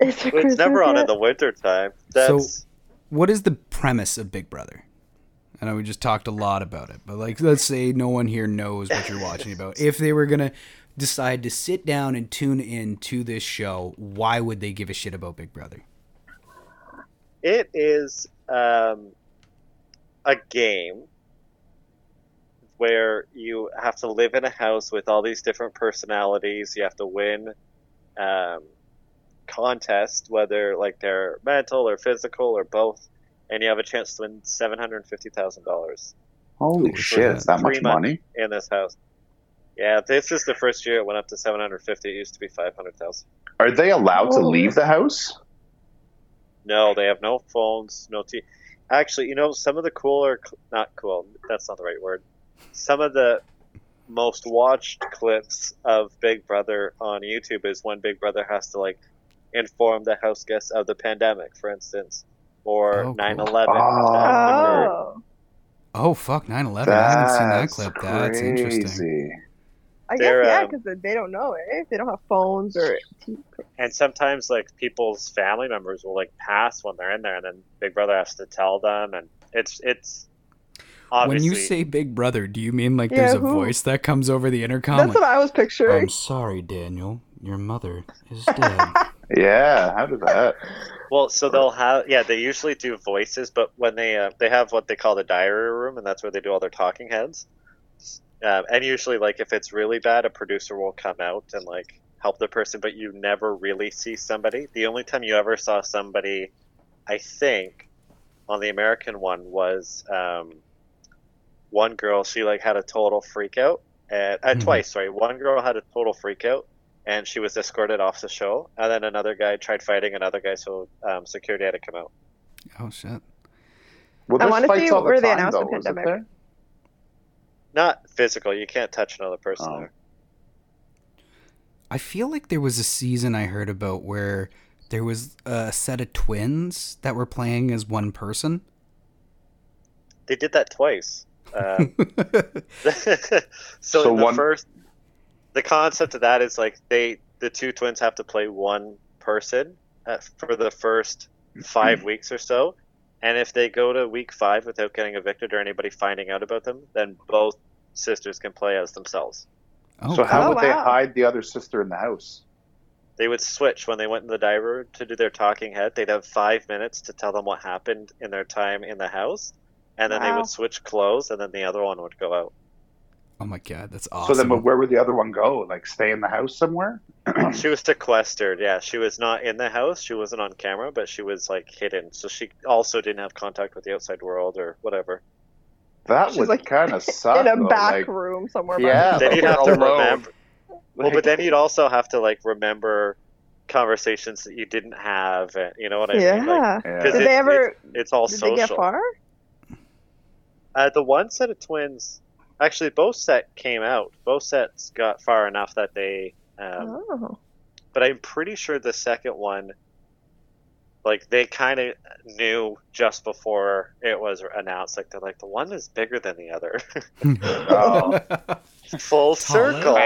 C: It's, a
F: it's never
C: Christmas
F: on in
C: yet.
F: the wintertime. That's
B: what is the premise of Big Brother? I know we just talked a lot about it, but like, let's say no one here knows what you're watching about. If they were gonna decide to sit down and tune in to this show, why would they give a shit about Big Brother?
F: It is um, a game where you have to live in a house with all these different personalities. You have to win um, contests, whether like they're mental or physical or both, and you have a chance to win seven hundred fifty thousand dollars
D: Holy
B: For
D: shit! It's that
F: three
D: much
F: months.
D: money.
F: in this house. Yeah, this is the first year it went up to seven hundred fifty. It used to be five hundred thousand.
D: Are they allowed to leave the house?
F: No, they have no phones, no t. Actually, you know, some of the cooler, not cool. That's not the right word. Some of the most watched clips of Big Brother on YouTube is when Big Brother has to like inform the house guests of the pandemic, for instance,
B: Oh,
F: or
B: cool.
F: nine eleven.
D: Oh.
C: Oh,
B: Oh fuck, 9/11! I haven't seen that
D: That's
B: clip. That's interesting.
D: crazy.
C: I guess
F: They're,
C: yeah,
F: um,
C: because they don't know it. They don't have phones or.
F: And sometimes like people's family members will like pass when they're in there, and then Big Brother has to tell them, and it's it's
B: When
F: obviously
B: you say Big Brother, do you mean like
C: Yeah,
B: there's a
C: who-
B: voice that comes over the intercom?
C: That's
B: like,
C: what I was picturing.
B: I'm sorry, Daniel. Your mother is
C: [LAUGHS]
B: dead.
D: Yeah, how did that?
F: Well, so they'll have yeah, they usually do voices, but when they uh, they have what they call the diary room, and that's where they do all their talking heads. Um, and usually, like if it's really bad, a producer will come out and like help the person, but you never really see somebody. The only time you ever saw somebody, I think, on the American one was um, one girl. She like had a total freak out, and uh,
B: Mhm.
F: twice. Sorry, one girl had a total freak out, and she was escorted off the show. And then another guy tried fighting another guy, so um, security had to come out.
B: oh shit.
D: Well,
C: I
D: there's
C: wanna
D: fights
C: see
D: all the
C: where they
D: time,
C: announced the
D: though, isn't
C: pandemic.
D: there?
F: Not physical. You can't touch another person.
D: Oh.
F: there.
B: I feel like there was a season I heard about where there was a set of twins that were playing as one person. [LAUGHS]
F: They did that twice. Um,
B: Oh,
F: so
D: So
F: the
D: one-
F: first, the concept of that is like they the two twins have to play one person uh, for the first
D: Hmm.
F: five weeks or so, and if they go to week five without getting evicted or anybody finding out about them, then both sisters can play as themselves.
B: oh,
D: so how
C: cool.
D: would they
C: Oh, wow.
D: hide the other sister in the house?
F: They would switch when they went in the diary room to do their talking head. They'd have five minutes to tell them what happened in their time in the house, and then they
C: Wow.
F: would switch clothes, and then the other one would go out.
B: oh my god, that's awesome.
D: So then, where would the other one go? Like, stay in the house somewhere?
F: she was sequestered. Yeah, she was not in the house. She wasn't on camera, but she was like hidden. So she also didn't have contact with the outside world or whatever.
D: That
C: She's,
D: would
C: like,
D: kind of suck.
C: in a
D: though,
C: back
D: like-
C: room somewhere.
D: Yeah,
F: Then
D: but
F: you'd
D: we're
F: have to
D: alone.
F: remember. Well, but
D: Like-
F: then you'd also have to like remember conversations that you didn't have. and- You know what I
C: yeah.
F: mean? Like, 'cause
C: Did
F: it-
C: they ever?
F: it's- it's all
C: Did
F: social.
C: they get far?
F: Uh, the one set of twins, actually, both set came out. Both sets got far enough that they um,
C: oh.
F: but I'm pretty sure the second one, like they kind of knew just before it was announced. Like they're like the one is bigger than the other.
D: Oh.
F: [LAUGHS] Full circle.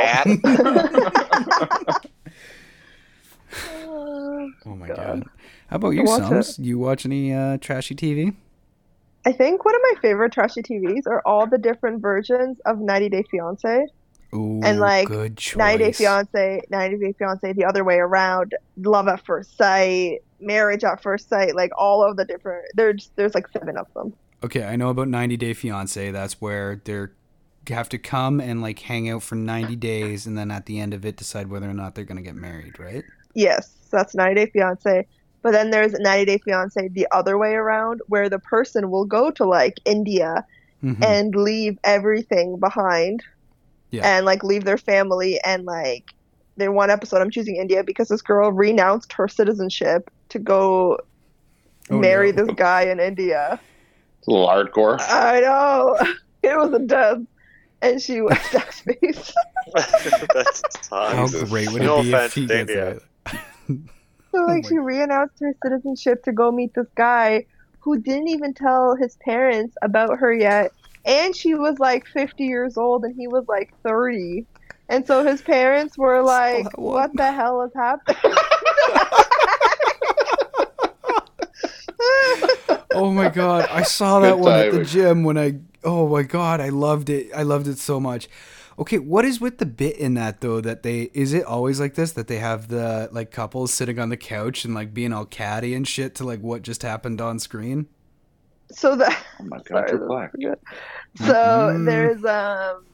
B: Oh my god. How about you,
C: Watch
B: Sums? You watch any uh, trashy TV?
C: I think one of my favorite trashy TVs are all the different versions of 90 Day Fiance.
B: Ooh,
C: And, like,
B: good choice.
C: 90 Day Fiance, 90 Day Fiance, the other way around, Love at First Sight, Marriage at First Sight, like all of the different. There's there's like seven of them.
B: Okay, I know about 90 Day Fiance. That's where they're you have to come and like hang out for 90 days and then at the end of it decide whether or not they're going to get married, right?
C: Yes, so that's 90 Day Fiance. But then there's 90 Day Fiance, the other way around, where the person will go to like India
B: Mhm.
C: and leave everything behind
B: Yeah.
C: and like leave their family and like in one episode i'm choosing india because this girl renounced her citizenship to go
B: Oh,
C: marry
B: no.
C: this guy in india
E: It's a little
C: [LAUGHS]
E: hardcore.
D: Oh,
C: i know it was a dub and she [LAUGHS] was duckface
F: [LAUGHS] That's
B: How
F: tough.
B: great would it
F: No
B: be if
F: offense,
B: he gets
F: Davia.
B: it?
C: so like
B: Oh my
C: she renounced her citizenship to go meet this guy who didn't even tell his parents about her yet and she was like 50 years old and he was like 30 and so his parents were like
B: that one.
C: what the hell is happening [LAUGHS]
B: Oh my god, I saw that
E: Good
B: one at the
E: timing.
B: gym when I Oh my god, I loved it. I loved it so much. Okay, what is with the bit in that though that they is it always like this that they have the like couples sitting on the couch and like being all catty and shit to like what just happened on screen?
C: so the
E: Oh my god, you're black.
C: so
B: Mhm.
C: there's um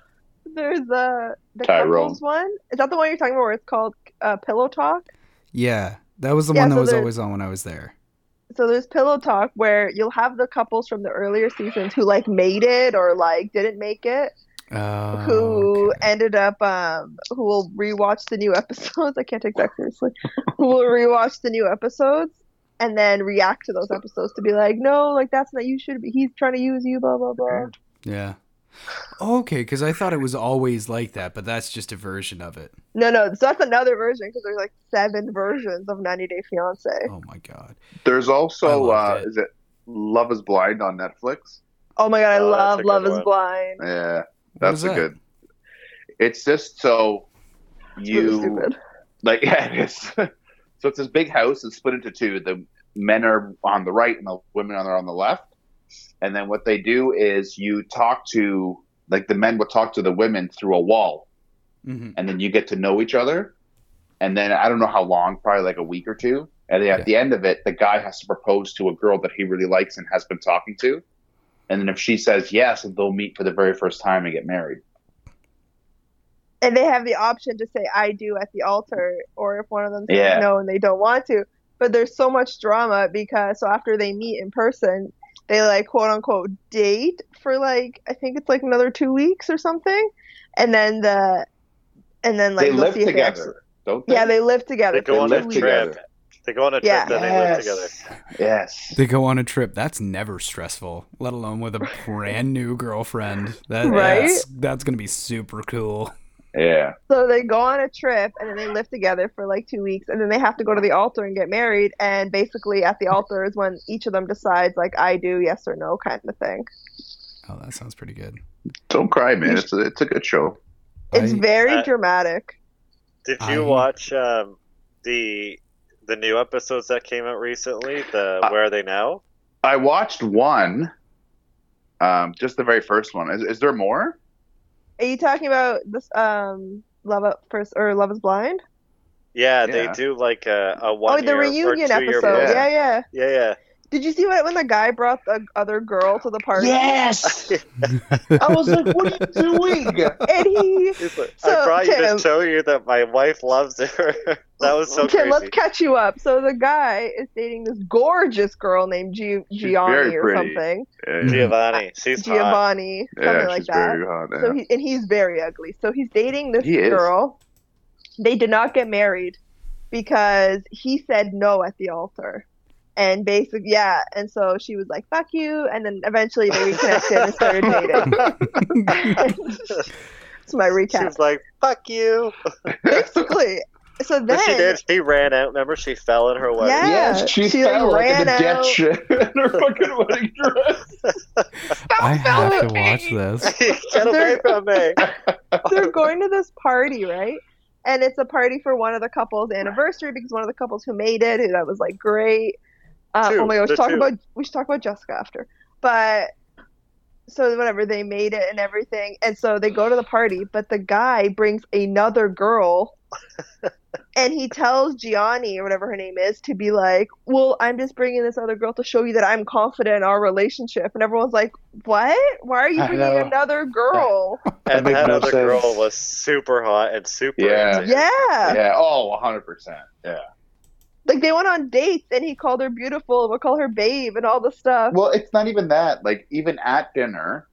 C: [LAUGHS] there's uh the
E: Tyrone.
C: couples one is that the one you're talking about where it's called uh, pillow talk
B: Yeah. That was the
C: Yeah,
B: one that
C: so
B: was
C: there-
B: always on when I was there.
C: so there's pillow talk where you'll have the couples from the earlier seasons who like made it or like didn't make it
B: Oh,
C: who
B: okay.
C: ended up um who will rewatch the new [LAUGHS] episodes i can't take that seriously who will rewatch the new episodes and then react to those episodes to be like no like that's not you should be he's trying to use you blah blah blah
B: Yeah. Okay, because I thought it was always like that, but that's just a version of it.
C: No, no. So that's another version because there's like seven versions of 90 Day Fiance.
B: Oh my god.
D: There's
B: I
D: also uh,
B: loved it.
D: is it Love is Blind on Netflix?
C: Oh my god, I
F: Oh, that's
C: love
F: a good
C: Love Is
F: one.
C: Blind.
D: Yeah,
B: What
D: that's
B: is
D: a
B: that?
D: good. It's just so
C: It's really
D: you
C: stupid.
D: like [LAUGHS] yeah, it is. so it's this big house and split into two. The men are on the right and the women are on the left. And then what they do is you talk to like the men will talk to the women through a wall,
B: hmm
D: and then you get to know each other. And then I don't know how long, probably like a week or two. And then at
B: Yeah.
D: the end of it, the guy has to propose to a girl that he really likes and has been talking to. And then if she says yes, they'll meet for the very first time and get married.
C: And they have the option to say I do at the altar, or if one of them says
D: Yeah.
C: no and they don't want to. But there's so much drama because so after they meet in person, they like quote unquote date for like I think it's like another two weeks or something, and then the and then like
D: they
C: you'll
D: live
C: see if
D: together,
C: actually-
D: don't they?
C: yeah, they live together.
F: They go on
C: for
F: a
C: two
F: trip.
C: weeks.
D: together.
F: They go on a trip,
C: Yeah.
F: then they live together.
D: Yes.
B: They go on a trip. That's never stressful, let alone with a brand new girlfriend. That,
C: Right?
B: That's, that's going to be super cool.
D: Yeah.
C: So they go on a trip and then they live together for like two weeks and then they have to go to the altar and get married. And basically, at the altar is when each of them decides, like, I do, yes or no, kind of thing.
B: Oh, that sounds pretty good.
D: Don't cry, man. It's a, it's a good show.
C: It's
B: I-
C: very
F: Uh,
C: dramatic.
F: Did you
B: I-
F: watch um, the the new episodes that came out recently? The
D: Uh,
F: Where Are They Now?
D: I watched one, um, just the very first one. Is, is there more?
C: Are you talking about this, um, Love Up First or Love is Blind?
F: Yeah, they
D: Yeah.
F: do like a, a
C: Oh,
F: one
C: the
F: year
C: reunion
F: or two year
C: episode.
F: block.
C: Yeah, yeah.
F: Yeah, yeah.
C: Did you see what, when the guy brought the other girl to the party?
D: Yes. I was like, what are you doing?
C: And he.
F: It's like,
C: So,
F: I brought you
C: Tim-
F: to show you that my wife loves her. [LAUGHS] that was so
C: okay, let's
F: crazy.
C: catch you up. So the guy is dating this gorgeous girl named G-
D: very
C: Gianni or
D: pretty.
C: something.
D: Yeah,
F: Giovanni, she's hot.
C: Giovanni, something
D: yeah,
C: like
D: she's
C: that.
D: very hot. Yeah.
C: So he and he's very ugly. So he's dating this
D: He is.
C: girl. They did not get married because he said no at the altar. And basically, yeah. And so she was like, "Fuck you," and then eventually they reconnected and started dating. That's my [LAUGHS]
F: She
C: recap.
F: was like, "Fuck you."
C: Basically, so then
F: But she did. She ran out. Remember, she fell in her wedding. [LAUGHS]
C: Yeah.
E: Yes, she,
C: she, like,
E: fell
C: ran
E: like, in the
C: out.
E: death shit
D: [LAUGHS]
E: in her fucking wedding dress.
B: [LAUGHS] I have to watch this.
F: Get away from me.
C: [LAUGHS] they're going to this party, right? And it's a party for one of the couple's anniversary because one of the couples who made it, who that was like great. Uh,
F: Two.
C: oh my god, we should
F: They're
C: talk
F: two.
C: about we should talk about Jessica after. But so whatever, they made it and everything, and so they go to the party, but the guy brings another
F: [LAUGHS]
C: girl. And he tells Gianni or whatever her name is to be like, "Well, I'm just bringing this other girl to show you that I'm confident in our relationship." And everyone's like, "What? Why are you
E: I
C: bringing
E: know.
C: another girl?"
F: And
E: makes
F: that
E: no
F: other
E: sense.
F: girl was super hot and super.
E: Yeah.
F: into him.
C: yeah.
E: Yeah, oh, 100%. Yeah.
C: like they went on dates and he called her beautiful would call her babe and all the stuff
E: Well, it's not even that. Like, even at dinner,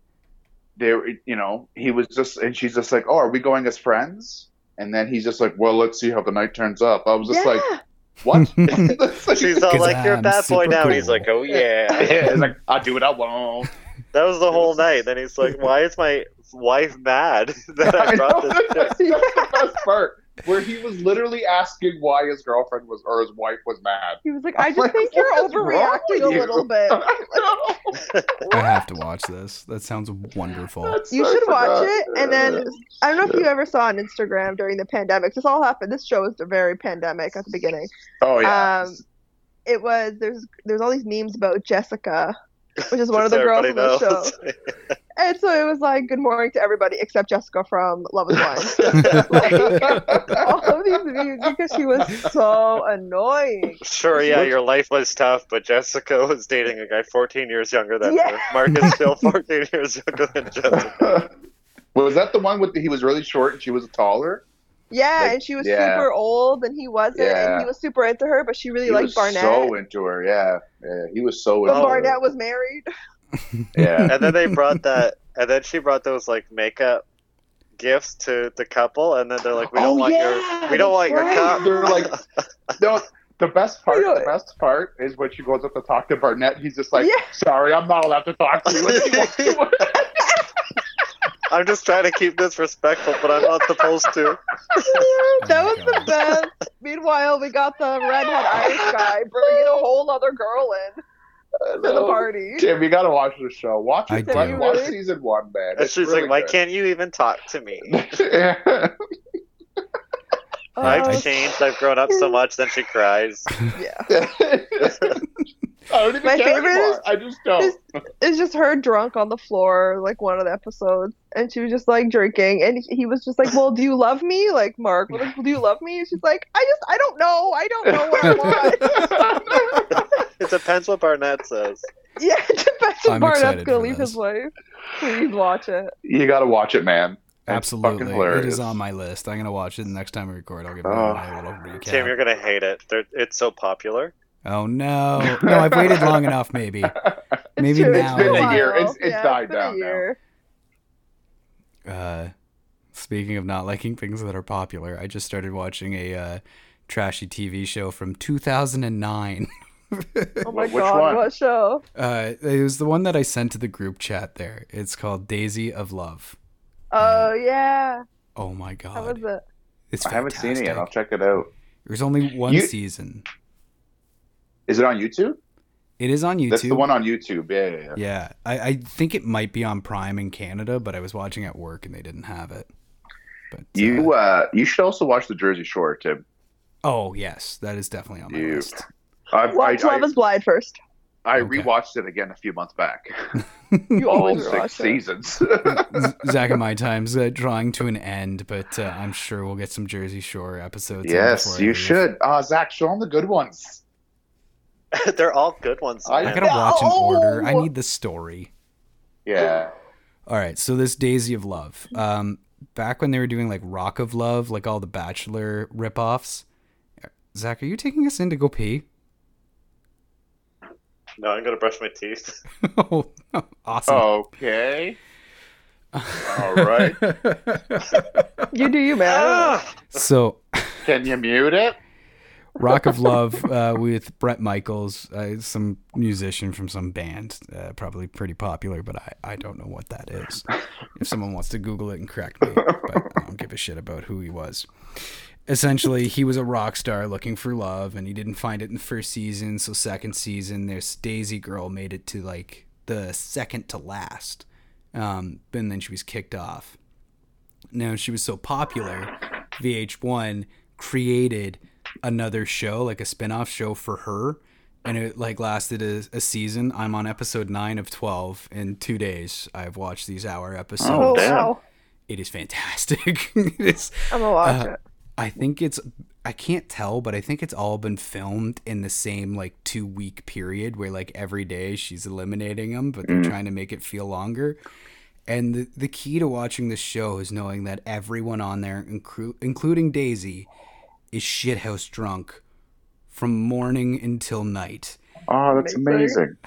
E: there, you know, he was just, and she's just like, oh, are we going as friends? And then he's just like, well, let's see how the night turns up. I was just
C: yeah.
E: like,
C: [LAUGHS]
E: what? [LAUGHS] It's like-
F: She's all
B: 'Cause
F: like, "You're a
B: I'm
F: bad boy
B: super
F: now," and he's
B: cool.
F: like, "Oh yeah."
E: yeah, it's like, I do what I want.
F: That was the whole night. Then he's like, "Why is my wife mad [LAUGHS] that I
E: [LAUGHS] I
F: brought
E: know,
F: this?"
E: [LAUGHS] that's,
F: chick?"
E: the best part, where he was literally asking why his girlfriend was, or his wife was mad. [LAUGHS]
C: he was like
E: I'm
C: i just
E: like,
C: think you're
E: what is wrong
C: overreacting a
E: with you?"
C: little
E: [LAUGHS]
C: bit
B: I have to watch this. That sounds wonderful.
C: you should watch it and then
E: Yeah.
C: i don't know if you ever saw on instagram during the pandemic this all happened this show was very pandemic at the beginning
E: Oh, yeah.
C: um it was there's there's all these memes about jessica which is one of the
F: Just
C: girls in
F: everybody
C: the show
F: [LAUGHS] knows.
C: and so it was like good morning to everybody except jessica from love is blind
E: [LAUGHS]
C: all of these memes because she was so annoying
F: Sure, yeah, your life was tough, but Jessica was dating a guy 14 years younger than
C: Yeah.
F: her. Mark is
E: [LAUGHS]
F: still 14 years younger than Jessica.
E: [LAUGHS] was that the one with the, he was really short and she was taller?
C: Yeah,
E: Like,
C: and she was
E: yeah.
C: super old, and he wasn't,
E: Yeah.
C: and he was super into her, but she really
E: he
C: liked
E: was
C: Barnett.
E: so into her, yeah. yeah he was so
C: but
E: into
C: Barnett
E: her.
C: was
E: [LAUGHS]
C: married.
B: [LAUGHS]
E: Yeah.
F: And then they brought that, and then she brought those like makeup gifts to the couple, and then they're like, "We don't
E: Oh,
F: want
E: yeah,
F: your, we don't want
E: that's
F: your
E: right.
F: cup."
E: They're like, no. The best part,
C: Yeah.
E: the best part is when she goes up to talk to Barnett. He's just like,
C: Yeah.
E: "Sorry, I'm not allowed to
C: [LAUGHS]
E: talk to you." And she walks away.
F: [LAUGHS] I'm just trying to keep this respectful, but I'm not supposed to.
C: that
E: Oh
B: my
C: was the
B: God.
C: best. Meanwhile, we got the redhead Irish guy bringing a whole other girl in to the
E: No.
C: party.
E: Tim, you gotta watch the show. Watch
B: I
E: it.
B: do.
E: Watch, watch
C: Really?
E: season one, man.
F: And
E: It's
F: she's
E: really
F: like, "Why
E: good.
F: can't you even talk to
E: [LAUGHS]
F: me?"
E: yeah.
C: Oh,
F: I've changed. I've grown up so much. Then she cries.
C: yeah.
E: I don't even
C: My
E: care
C: favorite
E: anymore.
C: is-
E: I just don't.
C: is- It's just her drunk on the floor, like one of the episodes, and she was just like drinking, and he was just like, "Well, do you love me?" Like Mark, was like, "Well, do you love me?" And she's like, "I just, I don't know, I don't know
E: [LAUGHS]
C: what I want."
F: It depends what
E: [LAUGHS]
F: Barnett says.
C: yeah, [LAUGHS] Sebastian
B: I'm
C: Barnett's
B: excited
C: gonna
B: for
C: leave
B: this.
C: his life. Please watch it.
E: you gotta watch it, man. It's
B: Absolutely.
E: fucking
B: It
E: hilarious.
B: is on my list. I'm going to watch it the next time we record. I'll give
E: Oh.
B: you my little recap.
F: Tim, you're gonna hate it. They're, it's so popular. [LAUGHS]
B: Oh, no. No, I've waited long enough, maybe.
C: It's
B: Maybe
C: true.
B: now.
C: It's been
B: It's
C: a
B: been
E: a year.
C: while.
E: It's- it's
C: yeah,
E: died
C: been a
E: down now.
C: year.
B: Uh, speaking of not liking things that are popular, I just started watching a uh, trashy TV show from 2009.
C: Oh my
E: Which
C: god,
E: one?
C: what show?
B: [LAUGHS] Uh, it was the one that I sent to the group chat there. It's called Daisy of Love.
C: Oh yeah,
B: Oh my god.
C: how was it?
B: It's
E: I haven't seen it yet. I'll
B: fantastic.
E: check it out.
B: There's only one
E: You-
B: season.
E: Is it on YouTube?
B: It is on YouTube.
E: That's the one on YouTube. Yeah, yeah, yeah.
B: Yeah, I, I think it might be on Prime in Canada, but I was watching at work and they didn't have it. But
E: You
B: uh,
E: uh, you should also watch the Jersey Shore, Tim.
B: oh yes, that is definitely on my
E: You-
B: list.
E: I've, I,
C: Watch Love
E: I,
C: Is Blind first.
E: I
B: Okay.
E: rewatched it again a few months back.
C: You
E: [LAUGHS] All
C: always
E: six
B: [LAUGHS]
C: watch it.
E: seasons.
B: Z- Zach and my time's uh, drawing to an end, but uh, I'm sure we'll get some Jersey Shore episodes. in
E: [LAUGHS] yes,
B: before I
E: you
B: leave.
E: should. Uh, Zach, show them the good ones.
F: They're all good ones.
E: I
B: I
F: man.
B: gotta watch in order. I
C: No!
B: need the story.
E: Yeah.
B: All right, so this Daisy of Love. Um, back when they were doing like Rock of Love, like all the Bachelor ripoffs. Zach, are you taking us in to go pee? [LAUGHS]
F: No, I'm gonna brush my teeth. [LAUGHS]
B: oh, no. awesome. [LAUGHS]
E: Okay. All right.
C: You do you, man. I
B: So,
E: Can you mute it?
B: Rock of Love uh, with Brett Michaels, uh, some musician from some band, uh, probably pretty popular, but I, I don't know what that is. If someone wants to Google it and correct me, but I don't give a shit about who he was. essentially he was a rock star looking for love and he didn't find it in the first season so second season this daisy girl made it to like the second to last um, and then she was kicked off now she was so popular vh1 created another show like a spin-off show for her and it like lasted a, a season i'm on episode 9 of 12 in two days i've watched these hour episodes
D: Oh, damn.
B: it is fantastic [LAUGHS] it's,
C: I'm gonna watch
B: Uh,
C: it.
B: I think it's I can't tell, but I think it's all been filmed in the same like two week period where like every day she's eliminating them, but they're trying to make it feel longer. And the, the key to watching this show is knowing that everyone on there, inclu- including Daisy, is shithouse drunk from morning until night.
D: Oh, that's amazing.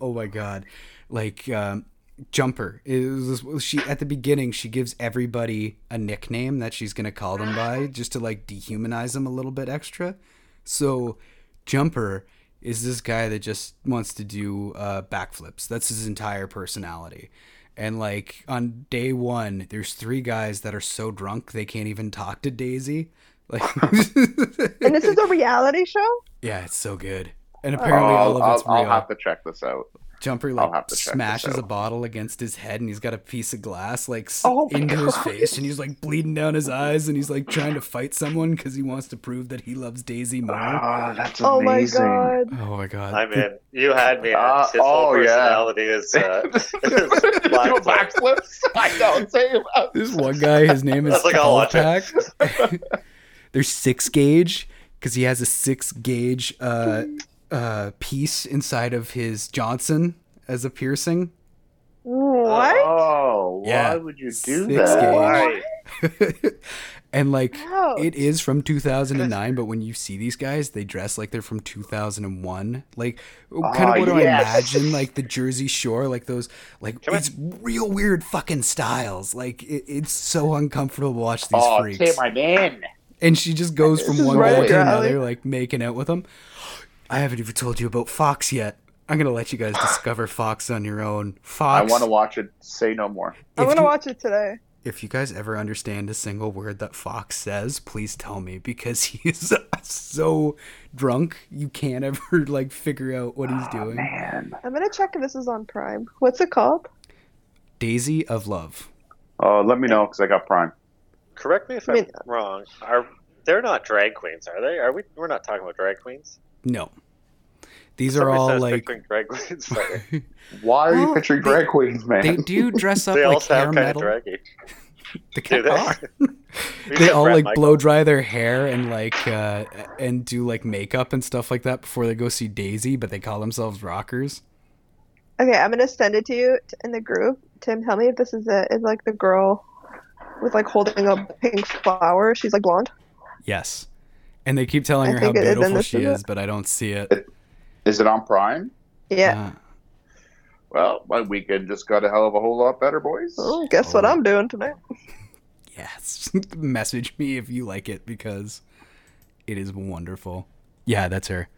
B: oh my god like um jumper is she at the beginning she gives everybody a nickname that she's gonna call them
D: [LAUGHS]
B: by just to like dehumanize them a little bit extra so jumper is this guy that just wants to do uh backflips that's his entire personality and like on day one there's three guys that are so drunk they can't even talk to daisy
D: [LAUGHS]
B: like
C: And this is a reality show.
B: [LAUGHS] yeah it's so good and
D: Oh,
B: apparently all
D: I'll,
B: of it's
D: I'll, I'll
B: real.
D: have to check
C: [LAUGHS]
E: [LAUGHS]
D: this out.
B: Jumper
D: I'll
B: like
D: have to check this
B: smashes a
D: out.
B: bottle against his head, and he's got a piece of glass like s-
D: Oh my
B: into his
D: God.
B: face, and he's like bleeding down his eyes, and he's like trying to fight someone because he wants to prove that he loves Daisy more.
D: Oh, that's
C: Oh my
D: amazing.
C: god.
B: Oh my god!
F: I'm in. You had me.
D: Uh,
F: at His whole
D: oh, yeah.
F: personality
D: [LAUGHS]
F: is, uh, [LAUGHS] is
D: Do a
F: black.
E: [LAUGHS]
F: black.
D: backflips? I know. Same.
B: This one guy, his name
D: [LAUGHS]
B: is
F: That's like, I'll watch it.
B: Kalpak. [LAUGHS] There's six gauge because he has a six gauge uh, uh, piece inside of his Johnson as a piercing.
C: What?
E: Uh,
D: Oh, why
B: Yeah.
D: would you do
B: Six
D: that?
B: games.
F: Why?
B: [LAUGHS] and like
C: Ouch.
B: it is from 2009 but when you see these guys they dress like they're from 2001 like kind of what do i
D: yes.
B: imagine like the jersey shore like those like it's real weird fucking styles like it, it's so uncomfortable to watch these
D: Oh,
B: freaks
D: Tim, I'm in.
B: and she just goes from
C: is
B: one
C: right
B: guy
C: up
B: to
C: your
B: another
C: alley.
B: like making out with them i haven't even told you about fox yet i'm gonna let you guys discover fox on your own
D: I
B: fox
D: want to watch it. Say no more.
C: I'm
B: if
C: gonna
B: you-
C: watch it today.
B: if you guys ever understand a single word that Fox says, please tell me because [LAUGHS] he is so drunk you can't ever like figure out what he's doing.
C: I'm gonna check if this is on Prime. What's it called?
B: Daisy of Love.
D: Oh, let me know because I got Prime.
F: Correct me if
C: I
F: I'm
C: mean-
F: wrong. Are they're not drag queens, are they? Are we? We're not talking about drag queens.
B: No. These are
F: Somebody
B: all
F: says
B: like
F: [LAUGHS] picturing drag
B: [LAUGHS]
F: queens. but
D: Why
C: Oh,
D: are
B: Well,
D: you picturing
B: they-
D: drag queens, man?
B: they do dress up
F: they all
B: like hair
F: sound kind
B: metal.
F: of draggy.
B: They [LAUGHS] kinda
F: they?
B: are. they
F: We said
B: all
F: Brett
B: like
F: Michaels.
B: blow dry their hair and like uh and do like makeup and stuff like that before they go see Daisy, but they call themselves rockers.
C: Okay, I'm gonna send it to you t- in the group. Tim, tell me if this is it. Is like the girl with like holding a pink flower. She's like blonde.
B: Yes. And they keep telling
C: I
B: her how
C: think it- then
B: beautiful
C: this
B: she
C: is it.
B: is, but I don't see it.
D: Is it on Prime?
C: Yeah.
B: Uh,
D: Well, my weekend just got a hell of a whole lot better,
E: Uh,
D: boys.
C: Oh, guess what I'm doing tonight?
B: yes [LAUGHS] message me if you like it because it is wonderful yeah that's her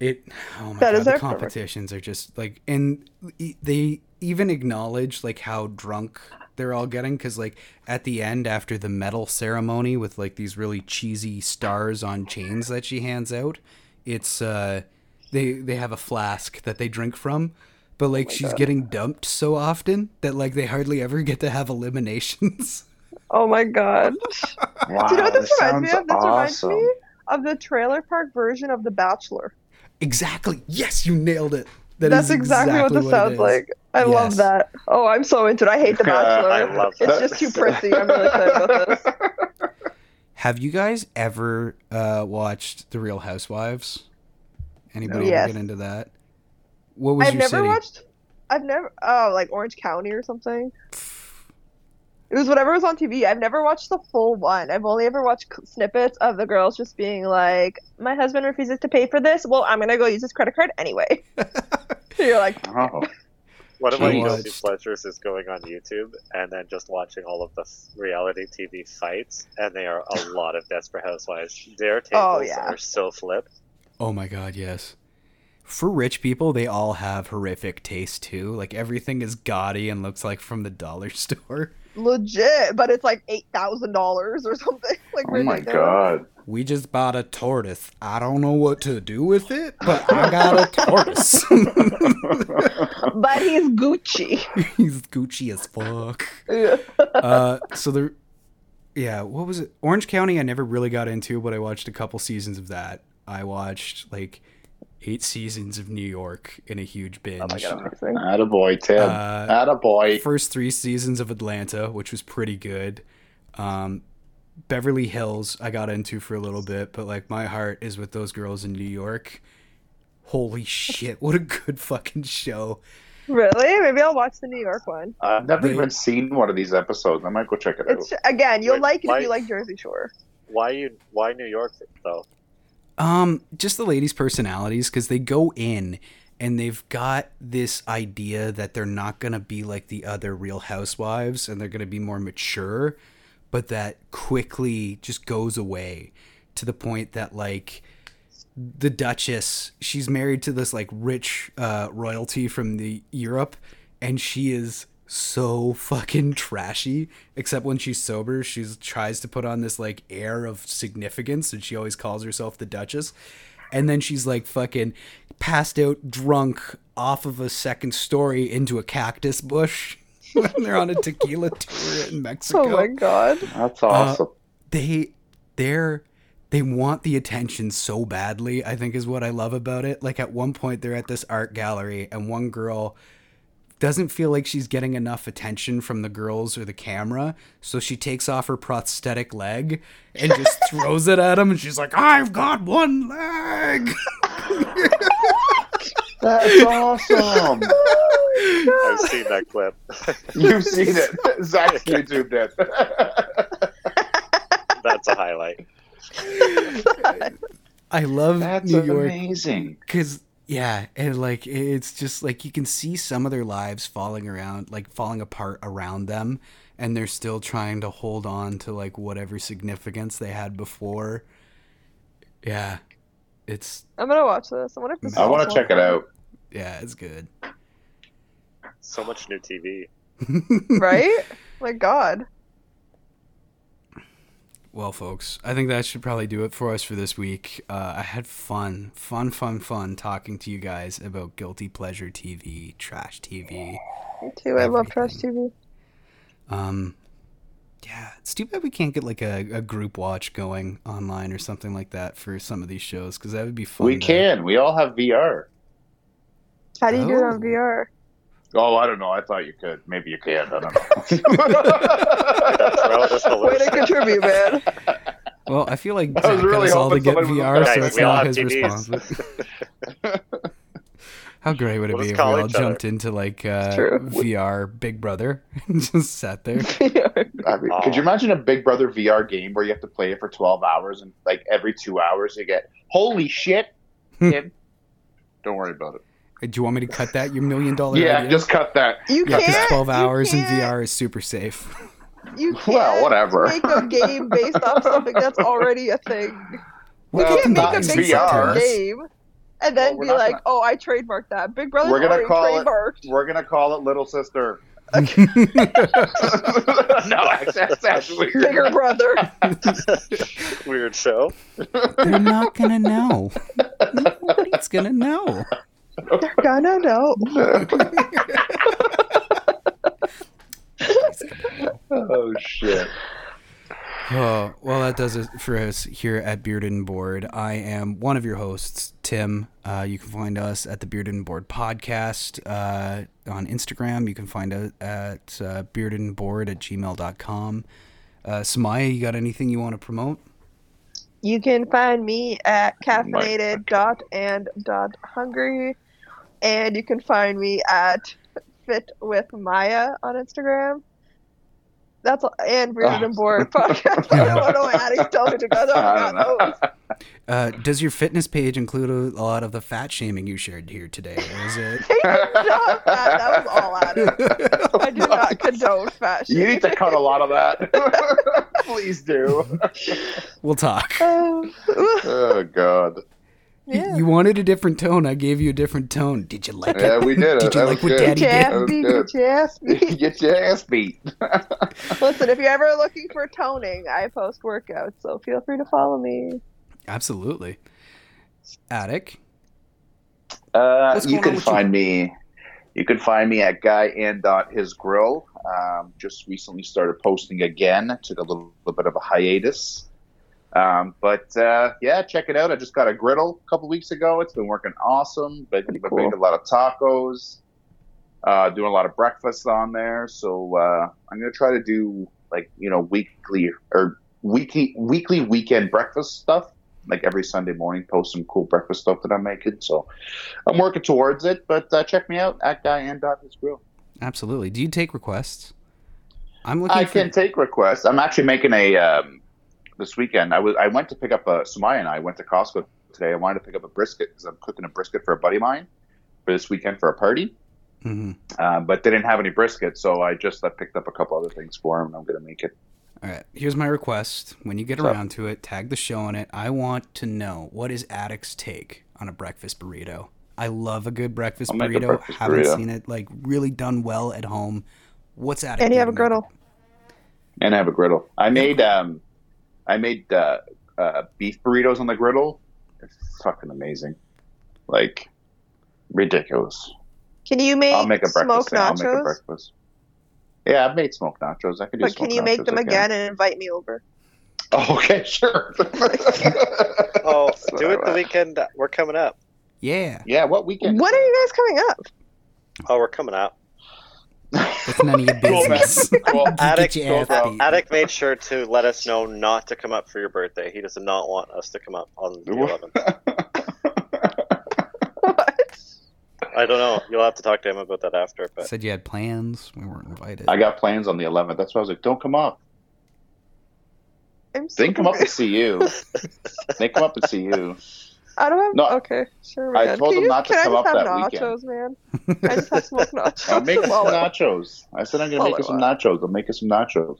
B: it oh my
C: That
B: god
C: is
B: the
C: our cover.
B: competitions are just like and e- they even acknowledge like how drunk they're all getting because like at the end after the medal ceremony with like these really cheesy stars on chains that she hands out it's uh they they have a flask that they drink from but
C: Oh
B: like she's getting dumped so often that like they hardly ever get to have eliminations [LAUGHS]
C: Oh my god.
D: Wow,
C: Do you know what this, reminds me
D: sounds
C: of? This reminds me
D: awesome.
C: [LAUGHS] of the trailer park version of The Bachelor.
B: exactly yes you nailed it That
C: That's
B: is
C: exactly, what this
B: it
C: sounds
B: is.
C: like. I
B: Yes.
C: love that. Oh, I'm so into it. I hate The Bachelor.
F: [LAUGHS] I love
C: It's
F: that.
C: just too prissy. I'm really excited
B: [LAUGHS]
C: about
E: [LAUGHS]
C: this.
B: have you guys ever uh watched the real housewives anybody
C: Yes.
B: ever get into that what was
C: I've
B: your
C: never
B: city
C: watched. I've never. Oh, like Orange County or something. It was whatever was on TV. I've never watched the full one. I've only ever watched cl- snippets of the girls just being like, "My husband refuses to pay for this. Well, I'm gonna go use his credit card
B: [LAUGHS]
C: anyway." [LAUGHS] You're like,
D: Oh,
F: One of my
B: Jeez.
F: guilty pleasures is going on YouTube and then just watching all of the f- reality TV fights, and
B: [LAUGHS]
F: they are a lot of Desperate Housewives. Their tables
C: Oh, yeah.
F: are so flipped.
B: oh my god yes for rich people they all have horrific taste too like everything is gaudy and looks like from the dollar [LAUGHS] store
C: legit, but it's like eight thousand dollars or something. [LAUGHS] Like
D: Oh my
C: ridiculous.
D: god.
B: We just bought a tortoise. I don't know what to do with it, but I got a tortoise. [LAUGHS]
C: But he's Gucci.
B: He's Gucci as fuck.
C: Yeah.
B: Uh, so the, yeah, what was it? Orange County. I never really got into, but I watched a couple seasons of that. I watched like eight seasons of New York in a huge binge.
C: Amazing.
E: Attaboy, Tim.
B: Uh,
E: Attaboy.
B: first three seasons of Atlanta, which was pretty good. Um, Beverly Hills, I got into for a little bit, but like my heart is with those girls in New York. Holy shit, what a good fucking show.
C: Really? Maybe I'll watch the New York one.
F: Uh,
E: I've never even seen one of these episodes. I might go check it out.
C: It's again, you'll
F: Wait,
C: like it if
F: why-
C: you like Jersey Shore.
F: why you? Why New York though?
B: Um, just the ladies' personalities because they go in and they've got this idea that they're not gonna be like the other Real Housewives and they're gonna be more mature, but that quickly just goes away to the point that like the Duchess, she's married to this like rich uh, royalty from the Europe, and she is so fucking trashy. Except when she's sober, she tries to put on this like air of significance, and she always calls herself the Duchess. And then she's like fucking passed out drunk off of a second story into a cactus bush [LAUGHS] when they're on a tequila tour in Mexico
C: Oh my god.
E: That's awesome.
B: they they're they want the attention so badly i think is what i love about it like at one point they're at this art gallery and one girl doesn't feel like she's getting enough attention from the girls or the camera so she takes off her prosthetic leg and just throws it at him and she's like i've got one leg
E: That's awesome.
B: [LAUGHS]
F: I've seen that clip. [LAUGHS]
E: You've seen it. [LAUGHS] Zach's YouTube did.
F: That's a highlight.
B: i love
E: That's
B: new york
E: amazing.
B: Cause yeah, and like it's just like you can see some of their lives falling around, like falling apart around them, and they're still trying to hold on to like whatever significance they had before. Yeah, it's
C: I'm gonna watch this. I wonder if this
E: I want to check it out.
B: yeah, it's good.
F: So much new TV.
C: Right? Oh my god.
B: Well, folks, I think that should probably do it for us for this week. Uh, I had fun, fun, fun, fun talking to you guys about guilty pleasure TV, trash TV.
C: Me too. I love trash TV.
B: Um, yeah, it's too bad we can't get like a, a group watch going online or something like that for some of these shows because that would be fun.
E: We
B: to-
E: can. We all have VR.
C: How do you do it
B: Oh.
C: on VR?
E: Oh, I don't know. I thought you could. Maybe you can.
C: [LAUGHS]
E: I [LAUGHS] don't know.
F: Throw
B: [LAUGHS]
F: this
C: Way to
F: solution.
C: contribute, man. [LAUGHS]
B: Well, I feel like Zach
E: [LAUGHS] I was really
B: got us all to
E: hoping
B: get
E: somebody was
B: VR,
E: gonna-
B: so
F: Guys,
B: it's
F: we all
B: not
F: have
B: his
F: TVs.
B: responsibility. How great would it
F: We'll
B: be
F: just
B: if we
F: call
B: all
F: each other.
B: jumped into like uh,
C: True.
B: VR Big Brother [LAUGHS] and just sat there?
E: I mean, Could you imagine a Big Brother VR game where you have to play it for 12 hours and like every two hours you get, holy shit, Tim. Don't worry about it.
B: Do you want me to cut that? Your million dollar
E: Yeah,
B: idea?
E: just cut that.
C: You
B: yeah, because
C: can't.
B: 12 hours
C: you
B: in
C: can't,
B: VR is super safe.
C: You can't
E: Well, whatever.
C: make a game based off something that's already a thing.
B: We
E: Well,
C: You
E: Not
C: can't make a
E: in
C: big
E: VR.
C: fucking game and then
E: Well, we're
C: be
E: not
C: like,
E: gonna-
C: "Oh, I trademarked that." Big Brother's
E: We're
C: already
E: gonna call it-
C: trademarked.
E: We're going to call it Little Sister. [LAUGHS] no, that's, that's actually
C: Bigger Brother.
F: [LAUGHS]
E: [LAUGHS]
F: Weird show.
B: They're not going to
E: [LAUGHS]
B: know. Nobody's going to know.
C: Gonna know.
E: Oh, shit.
B: Oh, well, that does it for us here at Bearded and Board. I am one of your hosts, Tim. Uh, you can find us at the Bearded and Board podcast uh, on Instagram. You can find us at uh, bearded and board at gmail.com. Uh, Samaya, you got anything you want to promote?
C: You can find me at caffeinated dot and dot hungry, and you can find me at fit with Maya on Instagram. That's all, and Bearded and
E: [LAUGHS]
C: Bored podcast. [LAUGHS] I don't know how to tell it together.
E: Ah. I
C: I
E: don't
C: got
E: know.
C: those.
B: Uh, does your fitness page include a, a lot of the fat shaming you shared here today? Or is
E: [LAUGHS]
B: it?
C: They did not- that, that was all at it. I do not condone fashion.
E: You need to cut a lot of that. [LAUGHS] Please do.
B: We'll talk.
C: [LAUGHS] Um,
E: Oh, God.
B: Y- You wanted a different tone. I gave you a different tone. Did you like
E: Yeah,
B: it?
E: we did it.
B: Did you
E: That
B: like
E: was
B: what
E: good.
B: Daddy
C: Get
B: did?
C: your ass beat,
E: good.
C: get your ass
D: [LAUGHS]
C: beat.
E: Get your ass
C: [LAUGHS]
E: beat.
C: Listen, if you're ever looking for toning, I post workouts, so feel free to follow me.
B: Absolutely. Attic.
D: Uh,
B: What's going
D: you
B: on
D: can
B: with you?
D: find me. You can find me at Guy and Dot His Grill. Um, just recently started posting again. Took a little, little bit of a hiatus, um, but uh, yeah, check it out. I just got a griddle a couple weeks ago. It's been working awesome. But I
C: cool.
D: made a lot of tacos. Uh, doing a lot of breakfasts on there. So uh, I'm gonna try to do like you know weekly or weekly weekly weekend breakfast stuff. Like every Sunday morning, post some cool breakfast stuff that I'm making. So I'm working towards it, but uh, check me out at Guy and Doctor's Grill.
B: Absolutely. Do you take requests? I'm looking
D: I
B: for
D: can take requests. I'm actually making a um, this weekend. I was I went to pick up a Sumaya and I went to Costco today. I wanted to pick up a brisket because I'm cooking a brisket for a buddy of mine for this weekend for a party.
B: Mhm.
D: Uh, but they didn't have any brisket, so I just I picked up a couple other things for him. and I'm gonna make it.
B: All right. Here's my request. When you get around to it, tag the show on it. I want to know what is Attic's take on a breakfast burrito. I love a good breakfast
D: I'll make a
B: burrito.
D: breakfast
B: Haven't
D: burrito.
B: seen it like really done well at home. What's Attic?
C: And
B: do
C: you have a
B: to make
C: griddle.
D: And I have a griddle. I made um, I made uh, uh, beef burritos on the griddle. It's fucking amazing, like ridiculous.
C: Can you make,
D: I'll make a
C: smoked
D: breakfast. thing. I'll make a
C: nachos?
D: breakfast. Yeah, I've made smoked nachos. I can do.
C: But can
D: smoked
C: you make
D: nachos,
C: them
D: I can.
C: again and invite me over?
D: Oh, [LAUGHS] okay, sure.
F: Oh,
D: what
F: do
D: I
F: it the
D: want.
F: weekend. We're coming up.
B: Yeah.
D: yeah, what weekend?
C: When are you guys coming up?
F: Oh, we're coming up.
B: That's none of
D: [LAUGHS]
B: your
D: Cool, man.
B: business. [LAUGHS]
D: Cool.
F: Attic,
B: Get your ass
D: Cool.
B: beat.
F: Attic made sure to let us know not to come up for your birthday. He does not want us to come up on the 11th. I don't know. You'll have to talk to him about that after. But
B: Said you had plans. We weren't invited.
D: I got plans on the 11th. That's why I was like, don't come up.
C: I'm so
D: They come up
C: hungry.
D: and see you. they come up and see you.
C: [LAUGHS] I don't have.
D: No,
C: okay, sure.
D: I
C: man.
D: told
C: can
D: them
C: you,
D: not to
C: can
D: come
C: I
D: up
C: just
D: that
C: have nachos,
D: weekend. [LAUGHS]
C: man? I just have smoked nachos.
D: I'll make us
C: [LAUGHS]
D: some
C: Well,
D: nachos. I said I'm gonna
C: Well,
D: make us some
C: well.
D: nachos. I'll make us some nachos.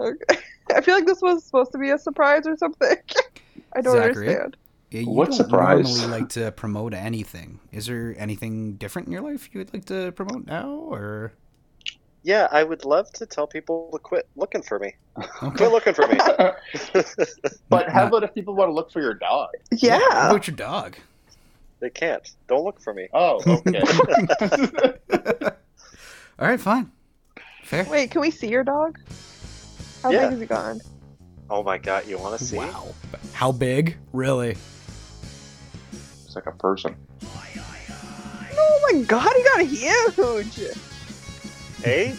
C: okay. I feel like this was supposed to be a surprise or something. [LAUGHS] I don't
B: Zachary?
C: understand.
B: Yeah, you
D: What
B: don't
D: surprise?
B: normally like to promote anything. Is there anything different in your life you would like to promote now, or
F: yeah, I would love to tell people to quit looking for me.
B: okay?
F: Quit looking for me. [LAUGHS]
D: But how
B: Not-
D: about if people want to look for your dog?
C: Yeah.
B: What about your dog?
F: they can't. Don't look for me.
D: Oh,
C: [LAUGHS]
D: okay.
B: All right, fine, fair.
C: Wait, can we see your dog? How
F: Yeah.
C: big is he gone?
F: Oh my god, you want to see?
B: Wow, how big? Really?
D: it's like a person.
C: Oh my god, he got huge.
F: Hey,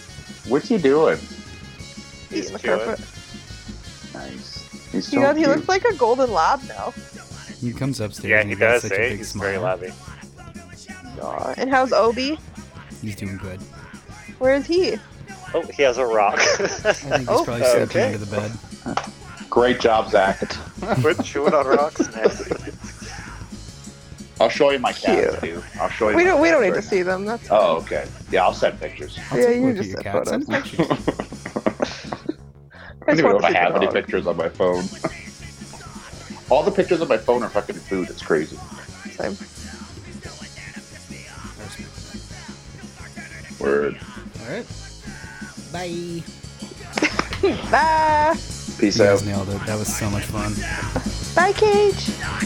D: What's he doing?
C: He's
F: he's cute.
C: perfect.
D: Nice. He's
C: He,
D: so
C: got, he
D: cute.
C: looks like a golden lab now.
B: He comes upstairs.
F: Yeah,
B: and
F: he
B: got
F: does.
B: Such a
F: Hey,
B: big
F: he's
B: smile.
F: very loving.
C: Aw, And how's Obi?
B: He's doing good.
C: Where is he?
F: Oh, he has a
B: I
F: rock. [LAUGHS]
B: think he's
C: Oh,
B: probably sleeping
F: okay.
B: under the bed.
D: Great job,
C: [LAUGHS]
D: Zach.
F: We're chewing on rocks,
B: [LAUGHS]
F: man.
D: I'll show you my cats too. I'll show you.
C: We
D: my
C: don't. We don't
D: cats
C: need to
D: right
C: see them. That's
D: now. Oh, okay. Yeah, I'll send pictures.
B: I'll
C: Yeah,
B: take a
C: you
B: look
C: just
B: at your
C: said
B: cat. Send
C: photos.
B: pictures.
D: I don't even know if I
C: wonderful
D: have any
C: dog.
D: pictures on my phone. [LAUGHS] All the pictures on my phone are fucking food. It's crazy.
C: time.
D: Word.
B: All right. Bye. You
C: Bye.
D: Peace out.
B: guys nailed it. That was so much fun.
C: Bye, Cage.